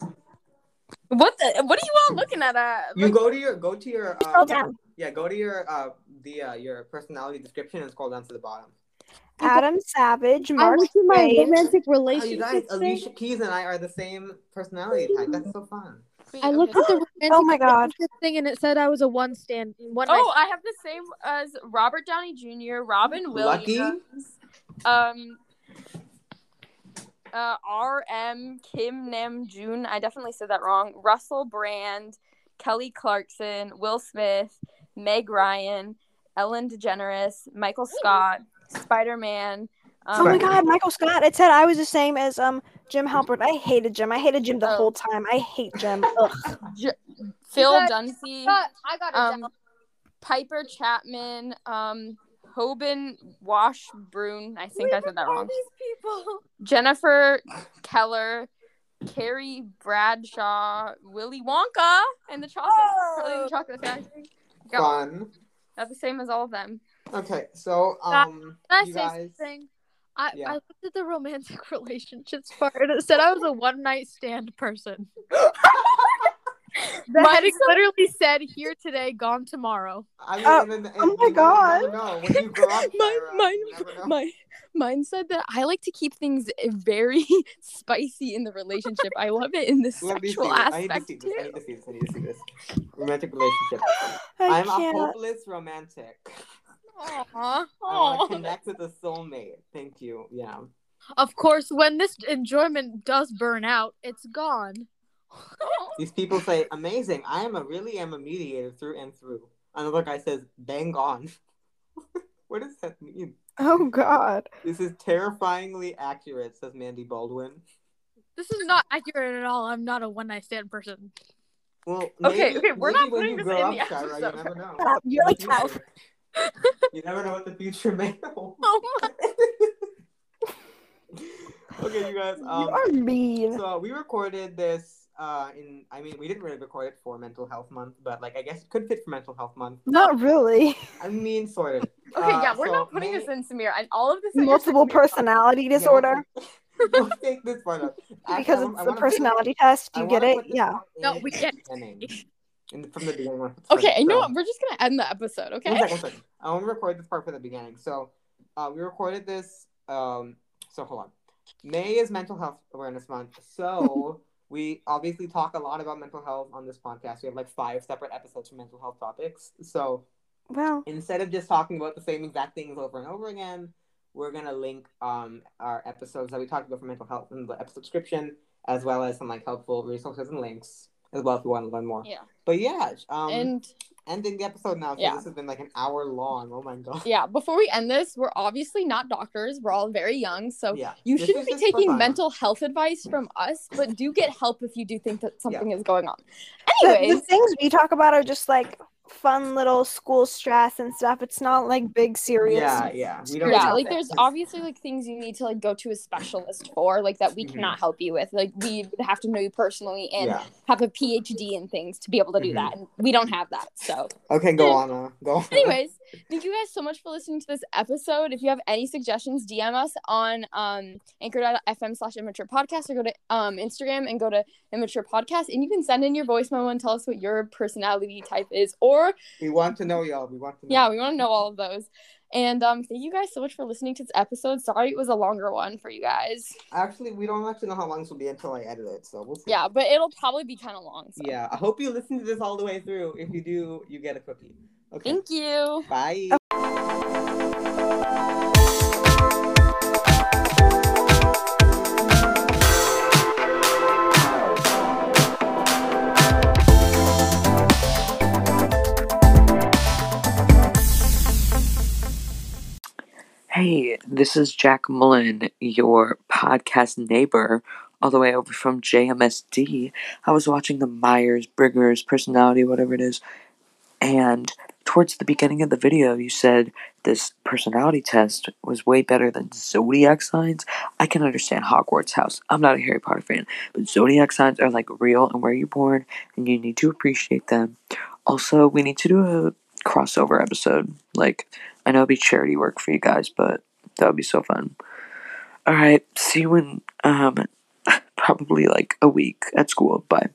[SPEAKER 6] what the what are you all looking at? Uh,
[SPEAKER 3] You go to your go to your
[SPEAKER 4] Scroll
[SPEAKER 3] uh,
[SPEAKER 4] down.
[SPEAKER 3] yeah go to your uh the uh, your personality description and scroll down to the bottom.
[SPEAKER 4] Adam Savage, Mark
[SPEAKER 1] my
[SPEAKER 4] Twain.
[SPEAKER 1] romantic
[SPEAKER 3] Oh, you
[SPEAKER 1] relationship
[SPEAKER 3] guys, Alicia Keys and I are the same personality type. That's so fun.
[SPEAKER 6] wait,
[SPEAKER 1] I
[SPEAKER 6] okay,
[SPEAKER 1] looked
[SPEAKER 6] so-
[SPEAKER 1] at the romantic
[SPEAKER 4] Oh my God.
[SPEAKER 1] relationship thing and it said I was a one stand one.
[SPEAKER 6] Oh,
[SPEAKER 1] night-
[SPEAKER 6] I have the same as Robert Downey Jr., Robin
[SPEAKER 3] Lucky?
[SPEAKER 6] Williams, um, uh, R.M. Kim Nam June. I definitely said that wrong. Russell Brand, Kelly Clarkson, Will Smith, Meg Ryan, Ellen DeGeneres, Michael Scott, um, Spider Man.
[SPEAKER 4] Oh my god, Michael Scott. It said I was the same as um Jim Halpert. I hated Jim. I hated Jim the
[SPEAKER 6] Oh.
[SPEAKER 4] whole time. I hate Jim. Ugh.
[SPEAKER 6] Phil
[SPEAKER 1] You guys-
[SPEAKER 6] Dunphy.
[SPEAKER 1] I got
[SPEAKER 6] um, Piper Chapman, um, Hoban Washbrun. I think I said that wrong.
[SPEAKER 1] people.
[SPEAKER 6] Jennifer Keller, Carrie Bradshaw, Willy Wonka, and the chocolate, Charlie and the chocolate factory. Got,
[SPEAKER 3] Fun.
[SPEAKER 6] got the same as all of them.
[SPEAKER 3] Okay, so um,
[SPEAKER 1] Can I
[SPEAKER 3] you
[SPEAKER 1] say
[SPEAKER 3] guys.
[SPEAKER 1] something? I,
[SPEAKER 3] Yeah.
[SPEAKER 1] I looked at the romantic relationships part and it said I was a one night stand person. The
[SPEAKER 6] Mine's
[SPEAKER 1] heading
[SPEAKER 6] so-
[SPEAKER 1] literally said here today, gone tomorrow.
[SPEAKER 3] I mean,
[SPEAKER 4] Oh,
[SPEAKER 3] and- and
[SPEAKER 4] oh my
[SPEAKER 3] you will
[SPEAKER 4] God.
[SPEAKER 3] never know when you grow up,
[SPEAKER 6] Mine-
[SPEAKER 3] Tyra.
[SPEAKER 6] mine-
[SPEAKER 3] You never know.
[SPEAKER 6] My mine said that I like to keep things very spicy in the relationship. I love it in the
[SPEAKER 3] Let me see.
[SPEAKER 6] sexual
[SPEAKER 3] this. I need to
[SPEAKER 6] aspect
[SPEAKER 3] see this. I
[SPEAKER 6] too.
[SPEAKER 3] need to see this. I need to see this. Romantic relationship.
[SPEAKER 4] I
[SPEAKER 3] I'm a
[SPEAKER 4] can't.
[SPEAKER 3] hopeless romantic.
[SPEAKER 1] Aww.
[SPEAKER 6] Oh.
[SPEAKER 3] Uh, connect with a soulmate. Thank you. Yeah.
[SPEAKER 1] Of course, when this enjoyment does burn out, it's gone.
[SPEAKER 3] These people say, amazing. I am a really am a mediator through and through. Another guy says, bang on. what does that mean?
[SPEAKER 4] Oh God.
[SPEAKER 3] This is terrifyingly accurate, says Mandy Baldwin.
[SPEAKER 1] This is not accurate at all. I'm not a one night stand person.
[SPEAKER 3] Well,
[SPEAKER 6] Okay,
[SPEAKER 3] maybe,
[SPEAKER 6] okay, we're
[SPEAKER 3] maybe
[SPEAKER 6] not
[SPEAKER 3] when
[SPEAKER 6] putting
[SPEAKER 3] you
[SPEAKER 6] this
[SPEAKER 3] grow
[SPEAKER 6] in
[SPEAKER 3] up,
[SPEAKER 6] the
[SPEAKER 3] Kyra,
[SPEAKER 6] episode.
[SPEAKER 3] You never know.
[SPEAKER 4] Shut up, you're like
[SPEAKER 3] The
[SPEAKER 4] how-
[SPEAKER 3] future. you never know what the future may hold.
[SPEAKER 1] Oh my.
[SPEAKER 3] okay, you guys. Um,
[SPEAKER 4] you are mean.
[SPEAKER 3] So we recorded this. Uh, in I mean, we didn't really record it for Mental Health Month, but like I guess it could fit for Mental Health Month.
[SPEAKER 4] Not really.
[SPEAKER 3] I mean, sort of.
[SPEAKER 6] Okay,
[SPEAKER 3] Uh,
[SPEAKER 6] yeah, we're
[SPEAKER 3] so
[SPEAKER 6] not putting
[SPEAKER 3] may-
[SPEAKER 6] this in Samir. And all of this that you're
[SPEAKER 4] Multiple
[SPEAKER 6] saying, Samir,
[SPEAKER 4] personality disorder.
[SPEAKER 3] We'll take this part up
[SPEAKER 4] Because
[SPEAKER 3] I- I- I
[SPEAKER 4] it's a
[SPEAKER 3] wanna-
[SPEAKER 4] personality test.
[SPEAKER 3] I
[SPEAKER 4] You
[SPEAKER 3] wanna
[SPEAKER 4] get it?
[SPEAKER 3] put this
[SPEAKER 4] Yeah.
[SPEAKER 3] part in
[SPEAKER 1] No, we
[SPEAKER 3] at the
[SPEAKER 1] can't.
[SPEAKER 3] beginning. In the- from the beginning. we're-
[SPEAKER 6] Okay,
[SPEAKER 3] so-
[SPEAKER 6] you know what? We're just gonna end the episode, okay?
[SPEAKER 3] One second, one second. I want to record this part from the beginning. So, uh, we recorded this. Um, so hold on. May is Mental Health Awareness Month, so we obviously talk a lot about mental health on this podcast. We have like five separate episodes for mental health topics. So
[SPEAKER 4] Well,
[SPEAKER 3] instead of just talking about the same exact things over and over again, we're gonna link um our episodes that we talked about for mental health in the episode description, as well as some like helpful resources and links, as well if you want to learn more.
[SPEAKER 6] Yeah.
[SPEAKER 3] But yeah, um,
[SPEAKER 6] and
[SPEAKER 3] ending the episode now. So
[SPEAKER 6] Yeah.
[SPEAKER 3] this has been like an hour long. Oh my god.
[SPEAKER 6] yeah, before we end this, we're obviously not doctors. We're all very young, so
[SPEAKER 3] yeah.
[SPEAKER 6] you
[SPEAKER 3] This
[SPEAKER 6] shouldn't
[SPEAKER 3] is
[SPEAKER 6] be
[SPEAKER 3] just for
[SPEAKER 6] taking
[SPEAKER 3] fun.
[SPEAKER 6] mental health advice from us, but do get help if you do think that something is going on.
[SPEAKER 4] the, the
[SPEAKER 6] Anyways,
[SPEAKER 4] things we talk about are just like fun little school stress and stuff. It's not like big serious.
[SPEAKER 3] Yeah, yeah. We don't
[SPEAKER 6] yeah,
[SPEAKER 3] know.
[SPEAKER 6] like there's obviously like things you need to like go to a specialist for, like that we
[SPEAKER 3] Mhm.
[SPEAKER 6] cannot help you with. Like we would have to know you personally and
[SPEAKER 3] Yeah.
[SPEAKER 6] have a PhD in things to be able to do
[SPEAKER 3] Mhm.
[SPEAKER 6] that, and we don't have that. So,
[SPEAKER 3] Okay, go on. Uh, go on.
[SPEAKER 6] anyways, thank you guys so much for listening to this episode. If you have any suggestions, DM us on um, anchor.fm slash immature podcast or go to um, Instagram and go to immature podcast. And you can send in your voice memo and tell us what your personality type is. Or,
[SPEAKER 3] We want to know y'all. We want to know.
[SPEAKER 6] yeah, we want to know all of those. And um, thank you guys so much for listening to this episode. Sorry it was a longer one for you guys.
[SPEAKER 3] Actually, we don't actually know how long this will be until I edit it, so we'll see.
[SPEAKER 6] Yeah, but it'll probably be kind of long. So.
[SPEAKER 3] Yeah. I hope you listen to this all the way through. If you do, you get a cookie. Okay.
[SPEAKER 6] Thank you.
[SPEAKER 3] Bye.
[SPEAKER 5] Hey, this is Jack Mullen, your podcast neighbor, all the way over from JMSD. I was watching the Myers Briggers personality, whatever it is, and towards the beginning of the video, you said this personality test was way better than zodiac signs. I can understand Hogwarts House. I'm not a Harry Potter fan, but zodiac signs are like real and where you're born, and you need to appreciate them. Also, we need to do a crossover episode, like I know it'd be charity work for you guys, but that would be so fun. All right, see you in um, probably like a week at school. Bye.